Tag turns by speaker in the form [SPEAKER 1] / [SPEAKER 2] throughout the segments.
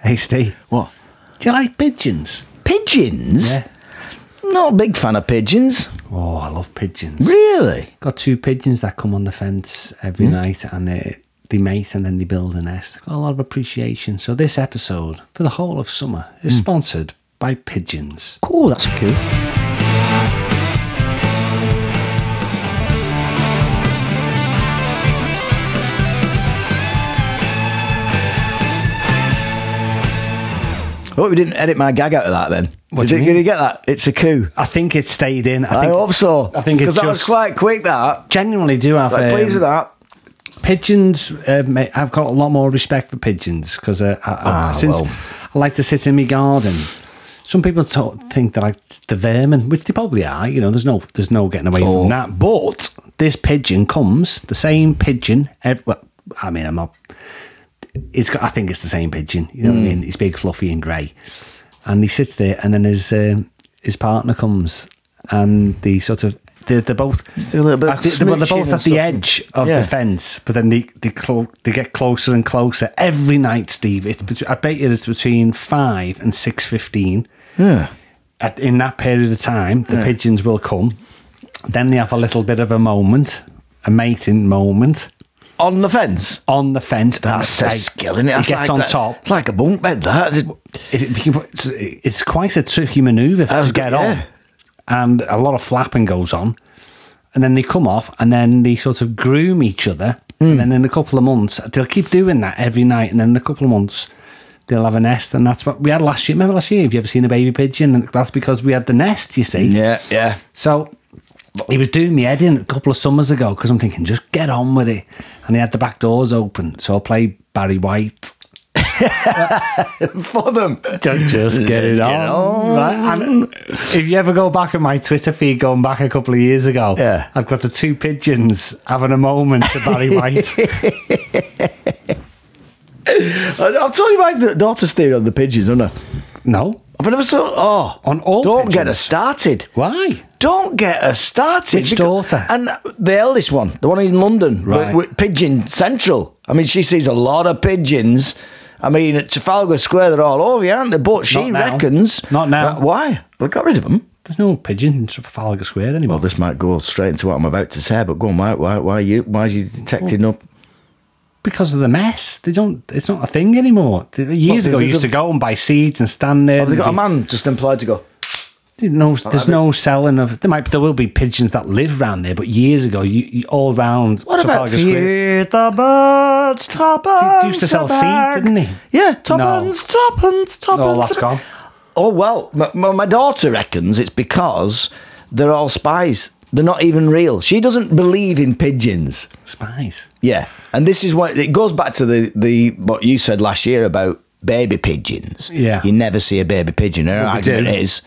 [SPEAKER 1] Hey, Steve.
[SPEAKER 2] What?
[SPEAKER 1] Do you like pigeons?
[SPEAKER 2] Pigeons?
[SPEAKER 1] Yeah.
[SPEAKER 2] Not a big fan of pigeons.
[SPEAKER 1] Oh, I love pigeons.
[SPEAKER 2] Really?
[SPEAKER 1] Got two pigeons that come on the fence every night and uh they mate and then they build a nest. Got a lot of appreciation. So, this episode for the whole of summer is sponsored by pigeons.
[SPEAKER 2] Cool, that's cool. Oh, we didn't edit my gag out of that then.
[SPEAKER 1] What
[SPEAKER 2] did,
[SPEAKER 1] do you
[SPEAKER 2] it-
[SPEAKER 1] mean?
[SPEAKER 2] did you get that? It's a coup.
[SPEAKER 1] I think it stayed in.
[SPEAKER 2] I,
[SPEAKER 1] I, think,
[SPEAKER 2] hope so.
[SPEAKER 1] I think it's
[SPEAKER 2] because that was
[SPEAKER 1] just-
[SPEAKER 2] quite quick. That
[SPEAKER 1] genuinely do have
[SPEAKER 2] like, pleased
[SPEAKER 1] um,
[SPEAKER 2] with that.
[SPEAKER 1] pigeons. Uh, ma- I've got a lot more respect for pigeons because uh, I- I-
[SPEAKER 2] Ah,
[SPEAKER 1] since
[SPEAKER 2] well.
[SPEAKER 1] I like to sit in my garden. Some people to- think that I the vermin, which they probably are. You know, there's no there's no getting away
[SPEAKER 2] Oh.
[SPEAKER 1] from that. But this pigeon comes, the same pigeon. Ev- well, I mean, I'm not. It's got. I think it's the same pigeon. You know
[SPEAKER 2] Hmm.
[SPEAKER 1] what I mean? He's big, fluffy, and grey, and he sits there, and then his um, his partner comes, and they sort of they're, they're both
[SPEAKER 2] Do a little bit of
[SPEAKER 1] I think they're, well, they're
[SPEAKER 2] smooching
[SPEAKER 1] both
[SPEAKER 2] and
[SPEAKER 1] at the
[SPEAKER 2] stuff.
[SPEAKER 1] edge of
[SPEAKER 2] Yeah.
[SPEAKER 1] the fence, but then they they, clo- they get closer and closer every night, Steve. It's bet- I bet you it's between five and six fifteen.
[SPEAKER 2] Yeah.
[SPEAKER 1] At, in that period of time, the pigeons will come. Then they have a little bit of a moment, a mating moment
[SPEAKER 2] On the fence.
[SPEAKER 1] on the fence. and
[SPEAKER 2] That's a
[SPEAKER 1] they-
[SPEAKER 2] skill, isn't it?
[SPEAKER 1] He
[SPEAKER 2] That's
[SPEAKER 1] gets
[SPEAKER 2] like
[SPEAKER 1] on
[SPEAKER 2] that-
[SPEAKER 1] top.
[SPEAKER 2] It's like a bunk bed, that. It-
[SPEAKER 1] It- it- it's, it's quite a tricky manoeuvre
[SPEAKER 2] was
[SPEAKER 1] to
[SPEAKER 2] go-
[SPEAKER 1] get
[SPEAKER 2] yeah.
[SPEAKER 1] on, and a lot of flapping goes on, and then they come off, and then they sort of groom each other,
[SPEAKER 2] Hmm.
[SPEAKER 1] and then in a couple of months they'll keep doing that every night, and then in a couple of months they'll have a nest, and that's what we had last year. Remember last year? Have you ever seen a baby pigeon? And that's because we had the nest. You see,
[SPEAKER 2] Yeah, yeah.
[SPEAKER 1] so he was doing me head in a couple of summers ago because I'm thinking, just get on with it. And he had the back doors open, so I played Barry White.
[SPEAKER 2] For them.
[SPEAKER 1] Don't just get it on. Right? And if you ever go back at my Twitter feed going back a couple of years ago,
[SPEAKER 2] Yeah.
[SPEAKER 1] I've got the two pigeons having a moment to Barry White.
[SPEAKER 2] I- I've told you my d- daughter's theory on the pigeons, haven't I?
[SPEAKER 1] no.
[SPEAKER 2] I've never saw. Oh,
[SPEAKER 1] On all
[SPEAKER 2] Don't get
[SPEAKER 1] pigeons?
[SPEAKER 2] her started.
[SPEAKER 1] Why?
[SPEAKER 2] Don't get her started.
[SPEAKER 1] Which
[SPEAKER 2] Beca-
[SPEAKER 1] daughter?
[SPEAKER 2] And the eldest one, the one in London,
[SPEAKER 1] Right.
[SPEAKER 2] right? With, pigeon central. I mean, she sees a lot of pigeons. I mean, at Trafalgar Square, they're all over, you, aren't they? But she
[SPEAKER 1] Not now.
[SPEAKER 2] reckons.
[SPEAKER 1] Not now.
[SPEAKER 2] Wh- Why? They got rid of them.
[SPEAKER 1] There's no pigeon in Trafalgar Square
[SPEAKER 2] Well,
[SPEAKER 1] anymore.
[SPEAKER 2] this might go straight into what I'm about to say, but go on. Why? Why? Why are you? Why are you detecting
[SPEAKER 1] Hmm.
[SPEAKER 2] up?
[SPEAKER 1] Because of the mess. They don't it's not a thing anymore. Th- Years
[SPEAKER 2] they-
[SPEAKER 1] ago
[SPEAKER 2] they
[SPEAKER 1] you used to
[SPEAKER 2] don't-
[SPEAKER 1] go and buy seeds and stand there.
[SPEAKER 2] Have they
[SPEAKER 1] and
[SPEAKER 2] got a
[SPEAKER 1] be-
[SPEAKER 2] man just employed to go?
[SPEAKER 1] There's no, there's no selling of. There might, there will be pigeons that live round there, but years ago, you, you all round.
[SPEAKER 2] What about
[SPEAKER 1] Trafalgar Square,
[SPEAKER 2] feed the birds, tuppence?
[SPEAKER 1] They used to sell
[SPEAKER 2] a bag.
[SPEAKER 1] seed, didn't they?
[SPEAKER 2] Yeah, tuppence, tuppence, tuppence.
[SPEAKER 1] Oh, that's
[SPEAKER 2] a-
[SPEAKER 1] gone.
[SPEAKER 2] Oh well, my, my my daughter reckons it's because they're all spies. They're not even real. She doesn't believe in pigeons.
[SPEAKER 1] Spies.
[SPEAKER 2] Yeah, and this is what it goes back to the the what you said last year about baby pigeons.
[SPEAKER 1] Yeah.
[SPEAKER 2] you never see a baby pigeon.
[SPEAKER 1] But
[SPEAKER 2] Her
[SPEAKER 1] we
[SPEAKER 2] argument
[SPEAKER 1] do.
[SPEAKER 2] is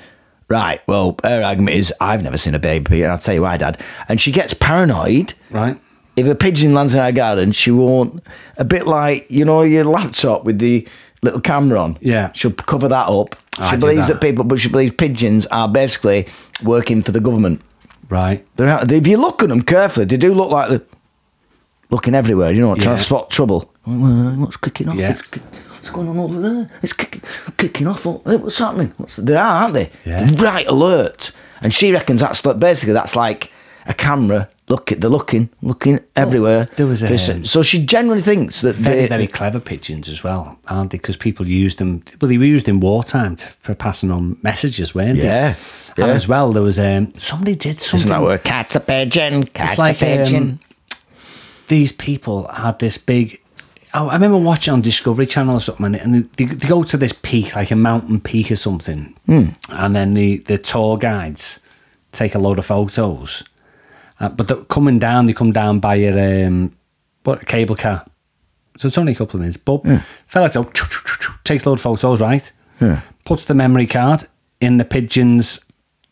[SPEAKER 2] right. Well, her argument is I've never seen a baby pigeon. I'll tell you why, Dad. And she gets paranoid.
[SPEAKER 1] Right.
[SPEAKER 2] If a pigeon lands in our garden, she won't. A bit like you know your laptop with the little camera on.
[SPEAKER 1] Yeah. Ah,
[SPEAKER 2] she'll cover that up. She
[SPEAKER 1] I do
[SPEAKER 2] believes
[SPEAKER 1] that.
[SPEAKER 2] that. people, but she believes pigeons are basically working for the government.
[SPEAKER 1] Right.
[SPEAKER 2] They're out, if you look at them carefully, they do look like they're looking everywhere. You know, trying
[SPEAKER 1] Yeah.
[SPEAKER 2] to spot trouble. What's kicking off?
[SPEAKER 1] Yeah.
[SPEAKER 2] It's ki- What's going on over there? It's kicking, kicking off. Oh, hey, What's happening? What's, they are, aren't they?
[SPEAKER 1] Yeah.
[SPEAKER 2] They're right alert. And she reckons that's like, basically that's like a camera. Look, they're looking, looking everywhere.
[SPEAKER 1] Oh, there was a-
[SPEAKER 2] Listen, so she generally thinks that
[SPEAKER 1] Very,
[SPEAKER 2] they,
[SPEAKER 1] very clever pigeons as well, aren't they? Because people used them. Well, they were used in wartime to, for passing on messages, weren't they?
[SPEAKER 2] Yeah, yeah.
[SPEAKER 1] And as well, there was um, somebody did something.
[SPEAKER 2] Isn't that word? Catch a pigeon. Catch
[SPEAKER 1] It's like
[SPEAKER 2] a pigeon.
[SPEAKER 1] um, these people had this big. oh, I I remember watching on Discovery Channel or something, and- and they, they go to this peak, like a mountain peak or something,
[SPEAKER 2] Hmm.
[SPEAKER 1] and then the, the tour guides take a load of photos. Uh, but they're coming down, they come down by your um, what cable car, so it's only a couple of minutes. But fella goes, "Choo, choo, choo, choo," takes a load of photos, right? Puts the memory card in the pigeon's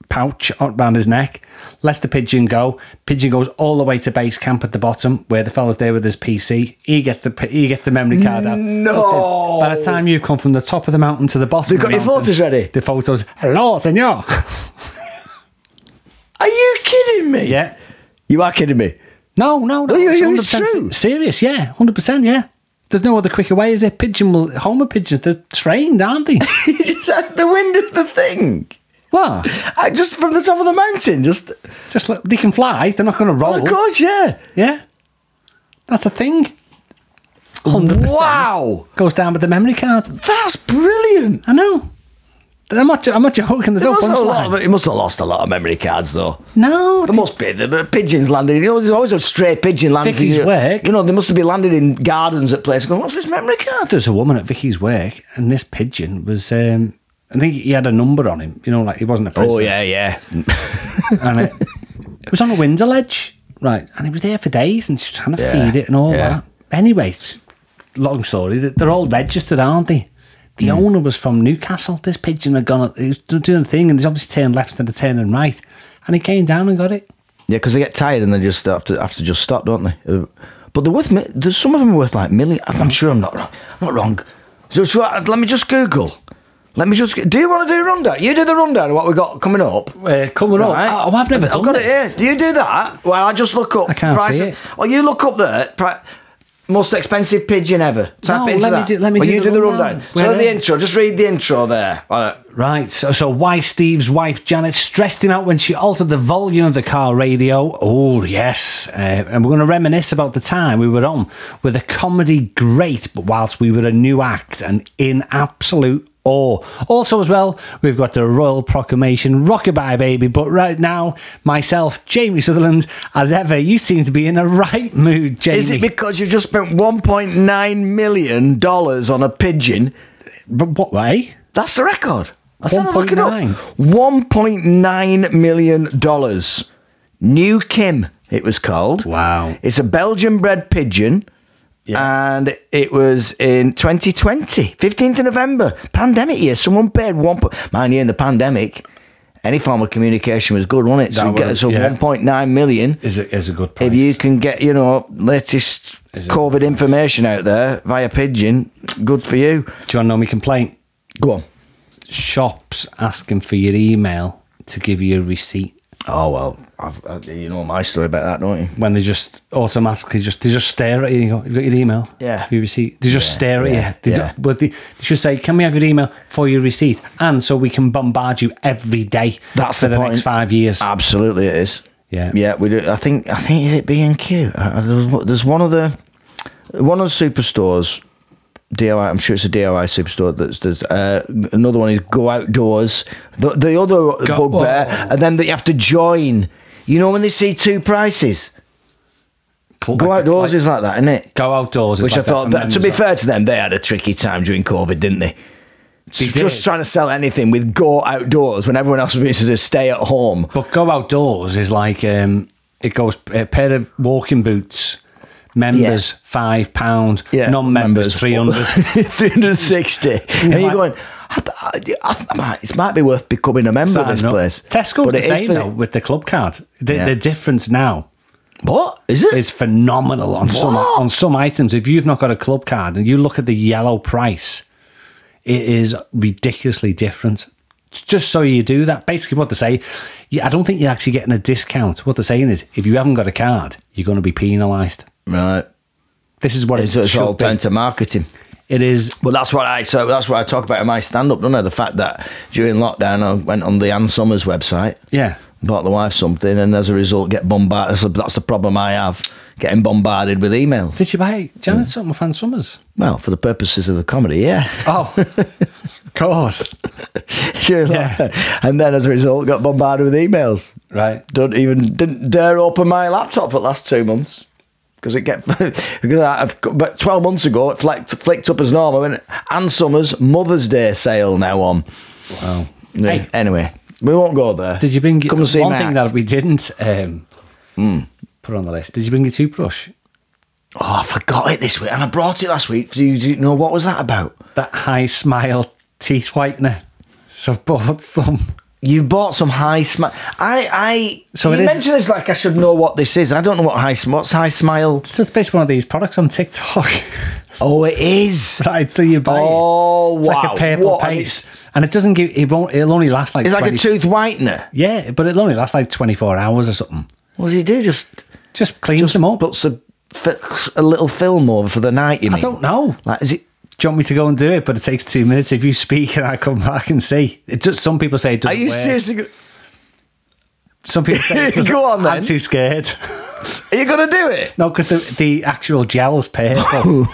[SPEAKER 1] pouch around his neck. Lets the pigeon go. Pigeon goes all the way to base camp at the bottom, where the fella's there with his PC. He gets the pi- he gets the memory card out.
[SPEAKER 2] Mm. No.
[SPEAKER 1] By the time you've come from the top of the mountain to the bottom,
[SPEAKER 2] They've
[SPEAKER 1] of the
[SPEAKER 2] got your
[SPEAKER 1] mountain,
[SPEAKER 2] photos ready?
[SPEAKER 1] The photos. Hello, senor.
[SPEAKER 2] Are you kidding me?
[SPEAKER 1] yeah.
[SPEAKER 2] You are kidding me.
[SPEAKER 1] No, no, no.
[SPEAKER 2] Are you-
[SPEAKER 1] it's
[SPEAKER 2] are you
[SPEAKER 1] 100%
[SPEAKER 2] true?
[SPEAKER 1] Serious, yeah, hundred percent, yeah. There's no other quicker way, is there? Pigeon will, Homer pigeons, they're trained, aren't they?
[SPEAKER 2] It's at the wind of the thing.
[SPEAKER 1] what?
[SPEAKER 2] I, just from the top of the mountain. Just
[SPEAKER 1] Just like, they can fly, they're not going to roll.
[SPEAKER 2] of course, yeah.
[SPEAKER 1] Yeah. That's a thing. 100%.
[SPEAKER 2] Wow,
[SPEAKER 1] Goes down with the memory card.
[SPEAKER 2] that's brilliant.
[SPEAKER 1] I know. I'm not, jo- I'm not joking, there's
[SPEAKER 2] It
[SPEAKER 1] no
[SPEAKER 2] must, have a lot
[SPEAKER 1] punchline.
[SPEAKER 2] of, it must have lost a lot of memory cards though.
[SPEAKER 1] No.
[SPEAKER 2] There must be. The, the pigeons landing. You know, there's always a stray pigeon landing.
[SPEAKER 1] Vicky's
[SPEAKER 2] you,
[SPEAKER 1] work.
[SPEAKER 2] You know, they must have been landed in gardens at places. Going, what's this memory card?
[SPEAKER 1] There's a woman at Vicky's work, and this pigeon was. Um, I think he had a number on him. You know, like he wasn't a prisoner.
[SPEAKER 2] Oh yeah, yeah.
[SPEAKER 1] And it, it was on a window ledge, right? And he was there for days, and she was trying to
[SPEAKER 2] Yeah,
[SPEAKER 1] feed it and all
[SPEAKER 2] yeah.
[SPEAKER 1] that. Anyway, s- long story. they- They're all registered, aren't they? The
[SPEAKER 2] Hmm.
[SPEAKER 1] owner was from Newcastle. This pigeon had gone. up- He was doing a thing, and he's obviously turned left instead of turning right. And he came down and got it.
[SPEAKER 2] Yeah, because they get tired and they just have to have to just stop, don't they? Uh, But they're worth. mi- There's some of them are worth like million. I'm I'm sure I'm not wrong. I'm not wrong. So, so uh, let me just Google. Let me just. Do you want to do a rundown? You do the rundown of what we got coming up.
[SPEAKER 1] Uh, coming up,
[SPEAKER 2] Right.
[SPEAKER 1] oh, I've never
[SPEAKER 2] I've
[SPEAKER 1] done
[SPEAKER 2] got
[SPEAKER 1] this.
[SPEAKER 2] it here. Do you do that? Well, I just look up.
[SPEAKER 1] I can't
[SPEAKER 2] price
[SPEAKER 1] see
[SPEAKER 2] of-
[SPEAKER 1] it.
[SPEAKER 2] Well, you look up there. Pri- most expensive pigeon ever. Type
[SPEAKER 1] No,
[SPEAKER 2] into
[SPEAKER 1] let me
[SPEAKER 2] that.
[SPEAKER 1] do- let me
[SPEAKER 2] well,
[SPEAKER 1] do
[SPEAKER 2] you
[SPEAKER 1] the
[SPEAKER 2] do the
[SPEAKER 1] rundown.
[SPEAKER 2] rundown.
[SPEAKER 1] Where
[SPEAKER 2] So the
[SPEAKER 1] then?
[SPEAKER 2] intro. Just read the intro there. All right.
[SPEAKER 1] Uh, Right, so, so why Steve's wife Janet stressed him out when she altered the volume of the car radio. Oh, yes. Uh, and we're going to reminisce about the time we were on with a comedy great, but whilst we were a new act and in absolute awe. Also, as well, we've got the Royal Proclamation Rockabye Baby, but right now, myself, Jamie Sutherland, as ever, you seem to be in a right mood, Jamie.
[SPEAKER 2] Is it because you've just spent 1.9 million dollars on a pigeon?
[SPEAKER 1] but what way?
[SPEAKER 2] That's the record. I said I'm looking up.
[SPEAKER 1] 1.9.
[SPEAKER 2] 1.9 million dollars. New Kim, it was called.
[SPEAKER 1] Wow.
[SPEAKER 2] It's a Belgian bred pigeon. And it was in 2020, 15th of November, pandemic year. Someone paid one. Po- Mind you, in the pandemic, any form of communication was good, wasn't it? So
[SPEAKER 1] That
[SPEAKER 2] you get
[SPEAKER 1] was-
[SPEAKER 2] us a
[SPEAKER 1] yeah.
[SPEAKER 2] 1.9 million.
[SPEAKER 1] Is it is a good price?
[SPEAKER 2] If you can get, you know, latest
[SPEAKER 1] it-
[SPEAKER 2] COVID information out there via pigeon, good for
[SPEAKER 1] Do
[SPEAKER 2] you.
[SPEAKER 1] you want to know my complaint?
[SPEAKER 2] Go on.
[SPEAKER 1] shops asking for your email to give you a receipt
[SPEAKER 2] Oh well, I've, I, you know my story about that, don't you?
[SPEAKER 1] when they just automatically just they just stare at you. and go, You've got your email,
[SPEAKER 2] Yeah.
[SPEAKER 1] for your receipt. They just stare at
[SPEAKER 2] yeah,
[SPEAKER 1] you. They
[SPEAKER 2] yeah.
[SPEAKER 1] do, but they, they should say, "Can we have your email for your receipt?" And so we can bombard you every day.
[SPEAKER 2] That's
[SPEAKER 1] for
[SPEAKER 2] the
[SPEAKER 1] the,
[SPEAKER 2] point. Ah,
[SPEAKER 1] next five years.
[SPEAKER 2] Absolutely, it is.
[SPEAKER 1] Yeah.
[SPEAKER 2] yeah. We do. I think. I think is it B and Q. Uh, There's one of the one of the superstores. DIY. I'm sure it's a DIY superstore. That's there's uh, another one is Go Outdoors. The, the other bugbear, and then that you have to join. You know when they see two prices.
[SPEAKER 1] Cl-
[SPEAKER 2] Go
[SPEAKER 1] like-
[SPEAKER 2] Outdoors
[SPEAKER 1] like-
[SPEAKER 2] is like that, isn't it?
[SPEAKER 1] go outdoors. is
[SPEAKER 2] Which
[SPEAKER 1] like
[SPEAKER 2] I thought,
[SPEAKER 1] for
[SPEAKER 2] that, to
[SPEAKER 1] members
[SPEAKER 2] be
[SPEAKER 1] of-
[SPEAKER 2] fair to them, they had a tricky time during COVID, didn't they? Just
[SPEAKER 1] did.
[SPEAKER 2] trying to sell anything with go outdoors when everyone else was being to stay at home.
[SPEAKER 1] But go outdoors is like um, it goes a pair of walking boots. Members five pound,
[SPEAKER 2] Yeah.
[SPEAKER 1] non-members three hundred.
[SPEAKER 2] 360. and you're
[SPEAKER 1] like-
[SPEAKER 2] going, I, I, I, I might, it might be worth becoming a member of this
[SPEAKER 1] Sign up.
[SPEAKER 2] place.
[SPEAKER 1] Tesco's
[SPEAKER 2] But
[SPEAKER 1] the
[SPEAKER 2] it is
[SPEAKER 1] same
[SPEAKER 2] for-
[SPEAKER 1] though with the club card. The,
[SPEAKER 2] Yeah.
[SPEAKER 1] the difference now
[SPEAKER 2] What? Is it?
[SPEAKER 1] is phenomenal on some
[SPEAKER 2] What?
[SPEAKER 1] on some items. If you've not got a club card and you look at the yellow price, it is ridiculously different. It's Just so you do that, basically what they say, you- I don't think you're actually getting a discount. What they're saying is, if you haven't got a card, you're going to be penalised.
[SPEAKER 2] right.
[SPEAKER 1] This is what
[SPEAKER 2] It's,
[SPEAKER 1] it's,
[SPEAKER 2] it's all down
[SPEAKER 1] it
[SPEAKER 2] to marketing.
[SPEAKER 1] is.
[SPEAKER 2] Well, that's what I so that's what I talk about in my stand up, don't I? The fact that during lockdown I went on the Ann Summers website
[SPEAKER 1] Yeah,
[SPEAKER 2] bought the wife something, and as a result, get bombarded. That's, that's the problem I have, getting bombarded with emails.
[SPEAKER 1] did you buy Janet something from Summers?
[SPEAKER 2] Well, for the purposes of the comedy, yeah.
[SPEAKER 1] Oh, of course.
[SPEAKER 2] Sure, like- and then as a result, got bombarded with emails.
[SPEAKER 1] Right.
[SPEAKER 2] Don't even didn't dare open my laptop for the last two months because it get because I've got- but twelve months ago it flicked, flicked up as normal. And Ann Summers Mother's Day sale now on.
[SPEAKER 1] Wow.
[SPEAKER 2] Yeah,
[SPEAKER 1] Hey.
[SPEAKER 2] Anyway, we won't go there.
[SPEAKER 1] Did you bring
[SPEAKER 2] Come and see Hmm.
[SPEAKER 1] one
[SPEAKER 2] my
[SPEAKER 1] thing
[SPEAKER 2] act.
[SPEAKER 1] that we didn't um, put on the list? Did you bring your toothbrush?
[SPEAKER 2] Oh, I forgot it this week, and I brought it last week. Do you, do you know what was that about?
[SPEAKER 1] That high smile teeth whitener. So I've bought some.
[SPEAKER 2] You bought some high smile. I, I.
[SPEAKER 1] So
[SPEAKER 2] So you
[SPEAKER 1] it is-
[SPEAKER 2] mentioned this like I should know what this is. I don't know what high. sm- What's high smile?
[SPEAKER 1] So it's basically one of these products on TikTok.
[SPEAKER 2] Oh, it is.
[SPEAKER 1] right, so you buy it.
[SPEAKER 2] Oh,
[SPEAKER 1] It's
[SPEAKER 2] wow.
[SPEAKER 1] like a purple
[SPEAKER 2] What, and
[SPEAKER 1] paste. And it doesn't give, it won't, it'll only last like
[SPEAKER 2] It's like
[SPEAKER 1] 20
[SPEAKER 2] a tooth whitener.
[SPEAKER 1] Yeah, but it'll only last like 24 hours or something.
[SPEAKER 2] What does he do? Just
[SPEAKER 1] Just cleans them up.
[SPEAKER 2] puts a fix a little film over for the night? You mean?
[SPEAKER 1] I don't know.
[SPEAKER 2] Like, is it?
[SPEAKER 1] Do you want me to go and do it? But it takes two minutes. If you speak and I come back and see, it just, some people say it
[SPEAKER 2] Are
[SPEAKER 1] doesn't
[SPEAKER 2] you
[SPEAKER 1] work.
[SPEAKER 2] seriously? go-
[SPEAKER 1] Some people say it doesn't-
[SPEAKER 2] Go on, then.
[SPEAKER 1] I'm too scared.
[SPEAKER 2] Are you gonna do it?
[SPEAKER 1] No, because the, the actual gel's purple.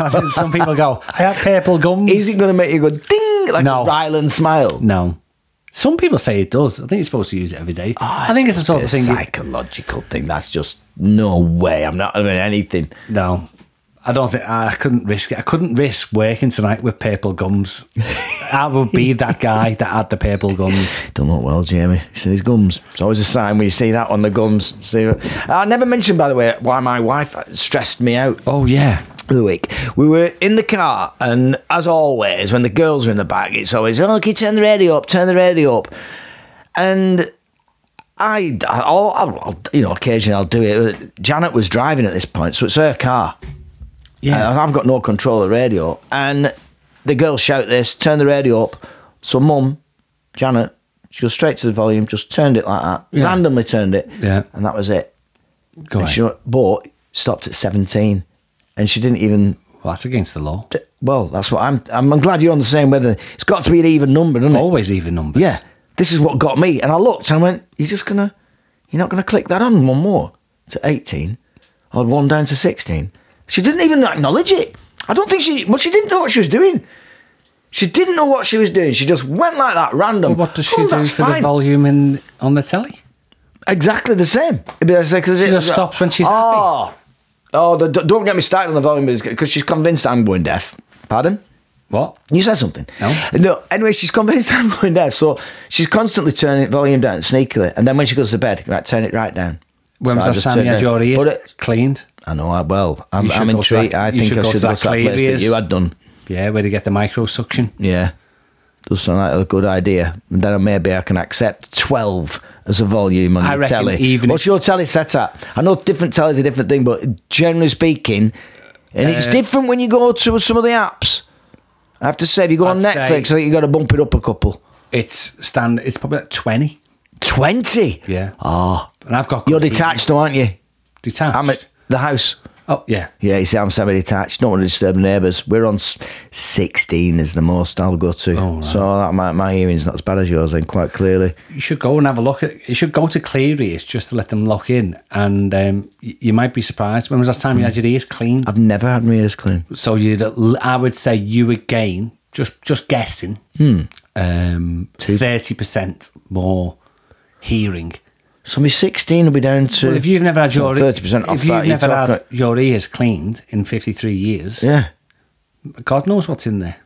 [SPEAKER 1] And then some people go, I have purple gums.
[SPEAKER 2] Is it gonna make you go ding like
[SPEAKER 1] No.
[SPEAKER 2] a Ryland smile?
[SPEAKER 1] No. Some people say it does. I think you're supposed to use it every day.
[SPEAKER 2] Oh,
[SPEAKER 1] I think it's the sort of thing. You,
[SPEAKER 2] psychological thing. That's just no way. I'm not doing anything.
[SPEAKER 1] no. I don't think I couldn't risk it. I couldn't risk working tonight with purple gums. I would be that guy that had the purple gums.
[SPEAKER 2] Don't look well, Jamie. You see his gums. It's always a sign when you see that on the gums. See, uh, I never mentioned, by the way, why my wife stressed me out
[SPEAKER 1] Oh yeah.
[SPEAKER 2] the week. We were in the car, and as always, when the girls are in the back, it's always, oh, okay, turn the radio up, turn the radio up. And I, I- I'll, I'll, you know, occasionally I'll do it. Janet was driving at this point, so it's her car.
[SPEAKER 1] Yeah.
[SPEAKER 2] And I've got no control of the radio. And the girls shout this, turn the radio up. So mum, Janet, she goes straight to the volume, just turned it like that,
[SPEAKER 1] Yeah.
[SPEAKER 2] randomly turned it.
[SPEAKER 1] Yeah.
[SPEAKER 2] And that was it.
[SPEAKER 1] Go
[SPEAKER 2] And
[SPEAKER 1] ahead.
[SPEAKER 2] she, went- but stopped at 17. And she didn't even
[SPEAKER 1] Well, that's against the law.
[SPEAKER 2] D- Well, that's what I'm. I'm, I'm glad you're on the same weather. It's got to be an even number, doesn't it?
[SPEAKER 1] Always even numbers.
[SPEAKER 2] Yeah. This is what got me. And I looked and I went, "You're just gonna, you're not gonna click that on one more to 18. I had one down to 16. She didn't even acknowledge it. I don't think she. Well, she didn't know what she was doing. She didn't know what she was doing. She just went like that, random.
[SPEAKER 1] What does she
[SPEAKER 2] Oh,
[SPEAKER 1] do
[SPEAKER 2] that's
[SPEAKER 1] for the
[SPEAKER 2] fine.
[SPEAKER 1] volume in on the telly?
[SPEAKER 2] Exactly the same. It'd be like-
[SPEAKER 1] She just stops when she's
[SPEAKER 2] oh, Oh, the, don't get me started on the volume because she's convinced I'm going deaf. Pardon?
[SPEAKER 1] What?
[SPEAKER 2] You said something.
[SPEAKER 1] No.
[SPEAKER 2] No. Anyway, she's convinced I'm going deaf, so she's constantly turning it volume down sneakily, and then when she goes to bed, right, turn it right down.
[SPEAKER 1] When
[SPEAKER 2] So I
[SPEAKER 1] was
[SPEAKER 2] just
[SPEAKER 1] that time
[SPEAKER 2] turned
[SPEAKER 1] you had
[SPEAKER 2] down.
[SPEAKER 1] your ears
[SPEAKER 2] But it-
[SPEAKER 1] cleaned?
[SPEAKER 2] I know. I well, I'm,
[SPEAKER 1] You should
[SPEAKER 2] I'm
[SPEAKER 1] go to
[SPEAKER 2] intrigued.
[SPEAKER 1] that-
[SPEAKER 2] I
[SPEAKER 1] you
[SPEAKER 2] think
[SPEAKER 1] should
[SPEAKER 2] I
[SPEAKER 1] go
[SPEAKER 2] should
[SPEAKER 1] to
[SPEAKER 2] go
[SPEAKER 1] that
[SPEAKER 2] to that place
[SPEAKER 1] Clevius.
[SPEAKER 2] that you had done.
[SPEAKER 1] Yeah, where they get the micro suction.
[SPEAKER 2] Yeah. Does sound like a good idea. And then maybe I can accept 12 as a volume on
[SPEAKER 1] I
[SPEAKER 2] your
[SPEAKER 1] reckon
[SPEAKER 2] telly.
[SPEAKER 1] even
[SPEAKER 2] What's
[SPEAKER 1] if-
[SPEAKER 2] your telly set at? I know different telly's a different thing, but generally speaking, and it's
[SPEAKER 1] Uh,
[SPEAKER 2] different when you go to some of the apps. I have to say, if you go on
[SPEAKER 1] I'd say-
[SPEAKER 2] Netflix, I think you got to bump it up a couple.
[SPEAKER 1] It's stand. It's probably like twenty.
[SPEAKER 2] 20?
[SPEAKER 1] Yeah.
[SPEAKER 2] Oh,
[SPEAKER 1] And I've got
[SPEAKER 2] you're
[SPEAKER 1] good
[SPEAKER 2] detached though, aren't you?
[SPEAKER 1] eating. Detached.
[SPEAKER 2] I'm at the house.
[SPEAKER 1] oh yeah.
[SPEAKER 2] Yeah, you see, I'm semi-detached. Don't want to disturb the neighbours. We're on s- 16 is the most I'll go to.
[SPEAKER 1] Oh, right.
[SPEAKER 2] So that, my, my hearing's not as bad as yours, then, quite clearly.
[SPEAKER 1] You should go and have a look at. You should go to Cleary's just to let them lock in, and um, y- you might be surprised. When was the last time you had your ears cleaned?
[SPEAKER 2] I've never had my ears clean.
[SPEAKER 1] So you, I would say you would gain just just guessing,
[SPEAKER 2] Hmm.
[SPEAKER 1] um, thirty percent more hearing.
[SPEAKER 2] So my 16 will be down to...
[SPEAKER 1] Well, if you've never had your e-
[SPEAKER 2] Well, 30% off
[SPEAKER 1] if you've
[SPEAKER 2] that, you're
[SPEAKER 1] never had
[SPEAKER 2] talking-
[SPEAKER 1] your ears cleaned in fifty three years,
[SPEAKER 2] Yeah.
[SPEAKER 1] God knows what's in there.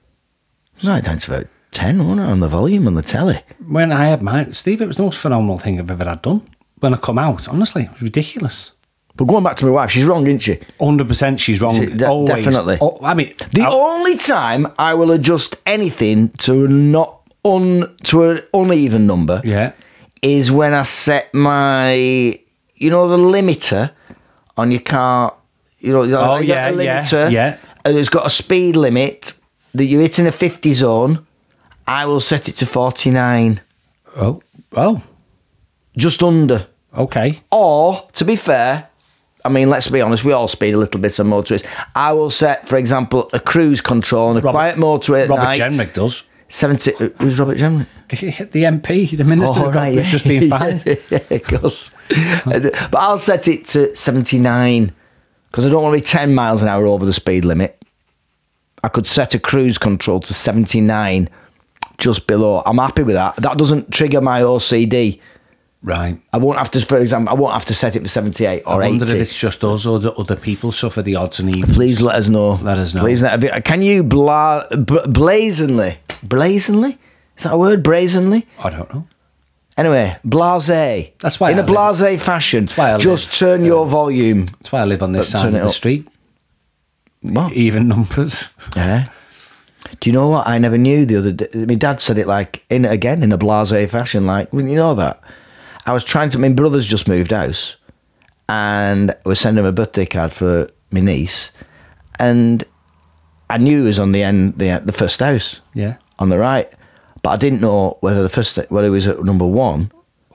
[SPEAKER 2] It's like down to about 10, wasn't it, on the volume on the telly?
[SPEAKER 1] when I had mine, Steve, it was the most phenomenal thing I've ever had done. When I come out, honestly, it was ridiculous.
[SPEAKER 2] But going back to my wife, she's wrong, isn't she?
[SPEAKER 1] Hundred percent, she's wrong.
[SPEAKER 2] She- de-
[SPEAKER 1] always.
[SPEAKER 2] definitely.
[SPEAKER 1] Oh, I mean,
[SPEAKER 2] The
[SPEAKER 1] I-
[SPEAKER 2] only time I will adjust anything to a not un to an uneven number
[SPEAKER 1] yeah,
[SPEAKER 2] is when I set my you know the limiter on your car. You know, you know,
[SPEAKER 1] Oh,
[SPEAKER 2] you got
[SPEAKER 1] yeah,
[SPEAKER 2] a
[SPEAKER 1] yeah,
[SPEAKER 2] limiter,
[SPEAKER 1] yeah.
[SPEAKER 2] And it's got a speed limit that you're hitting a fifty zone. I will set it to forty nine,
[SPEAKER 1] oh, oh,
[SPEAKER 2] just under.
[SPEAKER 1] okay,
[SPEAKER 2] Or, to be fair, I mean, let's be honest, we all speed a little bit on motorways. I will set, for example, a cruise control on a quiet motorway at
[SPEAKER 1] Robert
[SPEAKER 2] night.
[SPEAKER 1] Jenrick does.
[SPEAKER 2] 70, who's Robert Jenrick?
[SPEAKER 1] The, the MP, the minister, of
[SPEAKER 2] right,
[SPEAKER 1] government's Oh, just being fined.
[SPEAKER 2] yeah, yeah, of course. And, uh, but I'll set it to 79 because I don't want to be 10 miles an hour over the speed limit. I could set a cruise control to 79 just below. I'm happy with that. That doesn't trigger my OCD.
[SPEAKER 1] Right.
[SPEAKER 2] I won't have to, for example, I won't have to set it for 78
[SPEAKER 1] I
[SPEAKER 2] or
[SPEAKER 1] wonder
[SPEAKER 2] 80.
[SPEAKER 1] if it's just us or do other people suffer the odds and evens.
[SPEAKER 2] Please let us know.
[SPEAKER 1] Let us know.
[SPEAKER 2] Please let, if- can you bla, b- blazonly, blazonly? Is that a word? Brazenly?
[SPEAKER 1] I don't know.
[SPEAKER 2] Anyway, blase.
[SPEAKER 1] That's why
[SPEAKER 2] In
[SPEAKER 1] I
[SPEAKER 2] a blase fashion.
[SPEAKER 1] why I
[SPEAKER 2] just turn your volume.
[SPEAKER 1] That's why I live on this
[SPEAKER 2] Let's
[SPEAKER 1] side of
[SPEAKER 2] turn it
[SPEAKER 1] the
[SPEAKER 2] up.
[SPEAKER 1] street.
[SPEAKER 2] What?
[SPEAKER 1] Even numbers.
[SPEAKER 2] Yeah. Do you know what? I never knew the other day. My dad said it like in again in a blase fashion. Like, wouldn't you know that? I was trying to. My brother's just moved house, and I was sending him a birthday card for my niece, and I knew it was on the end, the the first house.
[SPEAKER 1] Yeah.
[SPEAKER 2] on the right. But I didn't know whether the first whether it was at number one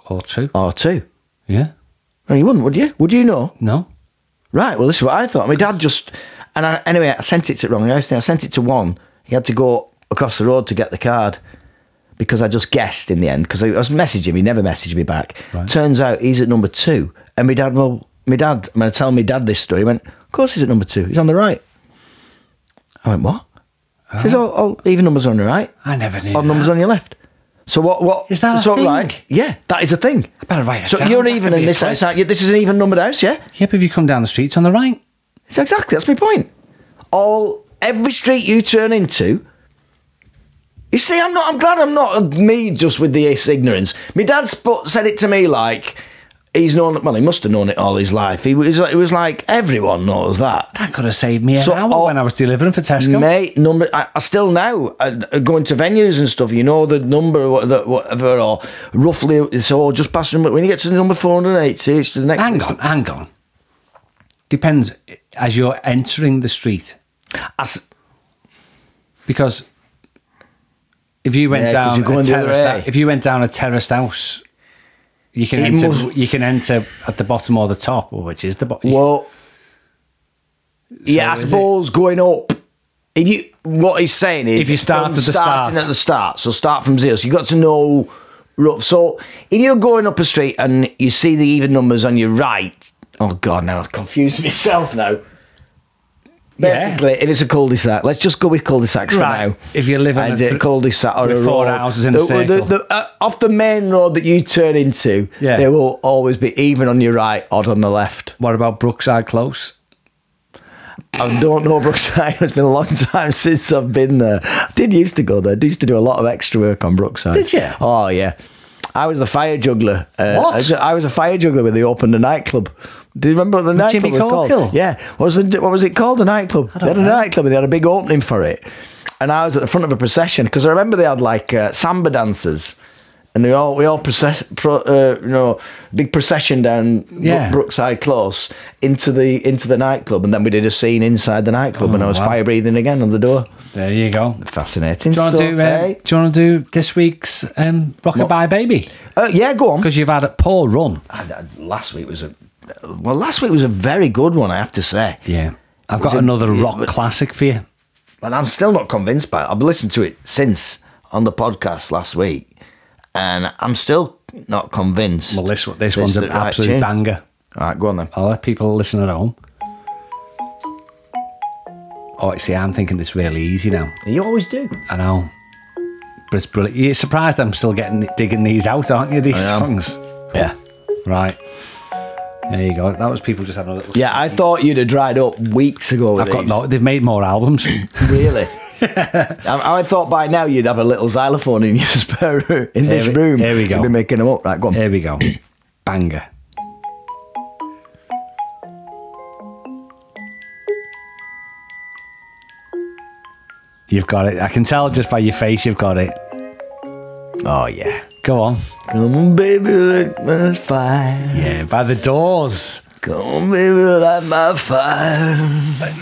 [SPEAKER 1] Or two.
[SPEAKER 2] or two.
[SPEAKER 1] Yeah.
[SPEAKER 2] No, you wouldn't, would you? Would you know?
[SPEAKER 1] No.
[SPEAKER 2] Right. Well, this is what I thought. My dad just and I, anyway, I sent it to wrong. I sent it to one. He had to go across the road to get the card because I just guessed in the end because I was messaging him. He never messaged me back. Turns out he's at number two, and my dad. Well, my dad. When I tell my dad this story, he went, "Of course he's at number two. He's on the right." I went, "What?" He
[SPEAKER 1] Ah.
[SPEAKER 2] says, "All, all even numbers are on the right.
[SPEAKER 1] I never knew.
[SPEAKER 2] Odd
[SPEAKER 1] that.
[SPEAKER 2] numbers on your left." So what? What
[SPEAKER 1] Is that a
[SPEAKER 2] so
[SPEAKER 1] thing?
[SPEAKER 2] Like, yeah, that is a thing. I
[SPEAKER 1] better write it
[SPEAKER 2] So
[SPEAKER 1] down.
[SPEAKER 2] you're
[SPEAKER 1] That
[SPEAKER 2] even
[SPEAKER 1] could be
[SPEAKER 2] in
[SPEAKER 1] a
[SPEAKER 2] this
[SPEAKER 1] quiz.
[SPEAKER 2] house. aren't you? This is an even numbered house, yeah.
[SPEAKER 1] Yep, if you come down the street, it's on the right.
[SPEAKER 2] Exactly, that's my point. All every street you turn into. You see, I'm not. I'm glad I'm not uh, me just with the ignorance. My dad sp- said it to me like he's known. Well, he must have known it all his life. He was. It was like everyone knows that.
[SPEAKER 1] That could have saved me an
[SPEAKER 2] So,
[SPEAKER 1] hour
[SPEAKER 2] oh,
[SPEAKER 1] when I was delivering for Tesco.
[SPEAKER 2] Mate, number. I, I still now uh, going to venues and stuff. You know the number, what- the- whatever, or roughly. It's all just past number. When you get to the number four hundred eighty, it's the next.
[SPEAKER 1] hang on, hang on. Depends as you're entering the street
[SPEAKER 2] I s-
[SPEAKER 1] because if you went
[SPEAKER 2] Yeah, 'cause
[SPEAKER 1] down
[SPEAKER 2] you're
[SPEAKER 1] a
[SPEAKER 2] going the other
[SPEAKER 1] terraced,
[SPEAKER 2] way.
[SPEAKER 1] hou- if you went down a terraced house, you can
[SPEAKER 2] It
[SPEAKER 1] enter.
[SPEAKER 2] must-
[SPEAKER 1] You can enter at the bottom or the top, or which is the bottom.
[SPEAKER 2] Well, yeah, I
[SPEAKER 1] is it-
[SPEAKER 2] suppose going up. If you, what he's saying is,
[SPEAKER 1] If you start
[SPEAKER 2] from
[SPEAKER 1] at the
[SPEAKER 2] starting
[SPEAKER 1] start.
[SPEAKER 2] at the start, so start from zero. So you got to know rough. So if you're going up a street and you see the even numbers on your right, oh god, now I've confused myself now. Basically, if it's a cul-de-sac, let's just go with cul-de-sacs
[SPEAKER 1] Right.
[SPEAKER 2] for now.
[SPEAKER 1] If you live in
[SPEAKER 2] and
[SPEAKER 1] a
[SPEAKER 2] a,
[SPEAKER 1] thr-
[SPEAKER 2] cul-de-sac or
[SPEAKER 1] with
[SPEAKER 2] a
[SPEAKER 1] four
[SPEAKER 2] road,
[SPEAKER 1] houses in a
[SPEAKER 2] the- the-
[SPEAKER 1] circle.
[SPEAKER 2] the- uh, off the main road that you turn into,
[SPEAKER 1] Yeah.
[SPEAKER 2] there will always be even on your right, odd on the left.
[SPEAKER 1] what about Brookside Close?
[SPEAKER 2] I don't know Brookside. It's been a long time since I've been there. I did used to go there. I used to do a lot of extra work on Brookside.
[SPEAKER 1] Did you?
[SPEAKER 2] Oh yeah. I was a fire juggler. Uh,
[SPEAKER 1] What?
[SPEAKER 2] I was, I was a fire juggler when they opened a nightclub. Do you remember what the nightclub
[SPEAKER 1] Jimmy
[SPEAKER 2] was called?
[SPEAKER 1] Corkill?
[SPEAKER 2] Yeah. What was, the, what was it called? The nightclub.
[SPEAKER 1] don't
[SPEAKER 2] they had a
[SPEAKER 1] know.
[SPEAKER 2] nightclub and they had a big opening for it. And I was at the front of a procession because I remember they had like uh, samba dancers. And they all, we all process, pro, uh, you know, big procession down Bro-
[SPEAKER 1] Yeah.
[SPEAKER 2] Brookside Close into the into the nightclub, and then we did a scene inside the nightclub, and I was
[SPEAKER 1] Oh, wow.
[SPEAKER 2] fire breathing again on the door.
[SPEAKER 1] There you go.
[SPEAKER 2] Fascinating
[SPEAKER 1] Do you want
[SPEAKER 2] stuff.
[SPEAKER 1] to do? Um,
[SPEAKER 2] eh?
[SPEAKER 1] do you want to do this week's um, Rockabye Baby?
[SPEAKER 2] Uh, yeah, go on.
[SPEAKER 1] Because you've had a poor run.
[SPEAKER 2] I- I- last week was a well, last week was a very good one, I have to say.
[SPEAKER 1] Yeah, I've
[SPEAKER 2] Was
[SPEAKER 1] got
[SPEAKER 2] it-
[SPEAKER 1] another
[SPEAKER 2] it
[SPEAKER 1] rock
[SPEAKER 2] was-
[SPEAKER 1] classic for you.
[SPEAKER 2] and I'm still not convinced by it. I've listened to it since on the podcast last week, and I'm still not convinced.
[SPEAKER 1] Well, this one- this
[SPEAKER 2] This
[SPEAKER 1] one's
[SPEAKER 2] is
[SPEAKER 1] an
[SPEAKER 2] the right
[SPEAKER 1] absolute
[SPEAKER 2] tune.
[SPEAKER 1] banger.
[SPEAKER 2] All right, go on then.
[SPEAKER 1] I'll let people listen at home. Oh, see, I'm thinking this really easy now.
[SPEAKER 2] You always do.
[SPEAKER 1] I know, but it's brilliant. You're surprised I'm still getting digging these out, aren't you? These
[SPEAKER 2] I am.
[SPEAKER 1] songs,
[SPEAKER 2] Yeah.
[SPEAKER 1] right? There you go. That was people just having a little.
[SPEAKER 2] Yeah, I thought you'd have dried up weeks ago. With
[SPEAKER 1] I've got
[SPEAKER 2] these.
[SPEAKER 1] no. They've made more albums.
[SPEAKER 2] Really? I, I thought by now you'd have a little xylophone in your spare room, in this
[SPEAKER 1] Here we-
[SPEAKER 2] room.
[SPEAKER 1] here we go.
[SPEAKER 2] You'd be making them up. Right, go on.
[SPEAKER 1] Here we go. Banger. You've got it. I can tell just by your face you've got it.
[SPEAKER 2] Oh, yeah.
[SPEAKER 1] Go on.
[SPEAKER 2] Come on, baby, light my fire.
[SPEAKER 1] Yeah, by the doors.
[SPEAKER 2] Come on, baby, light my fire.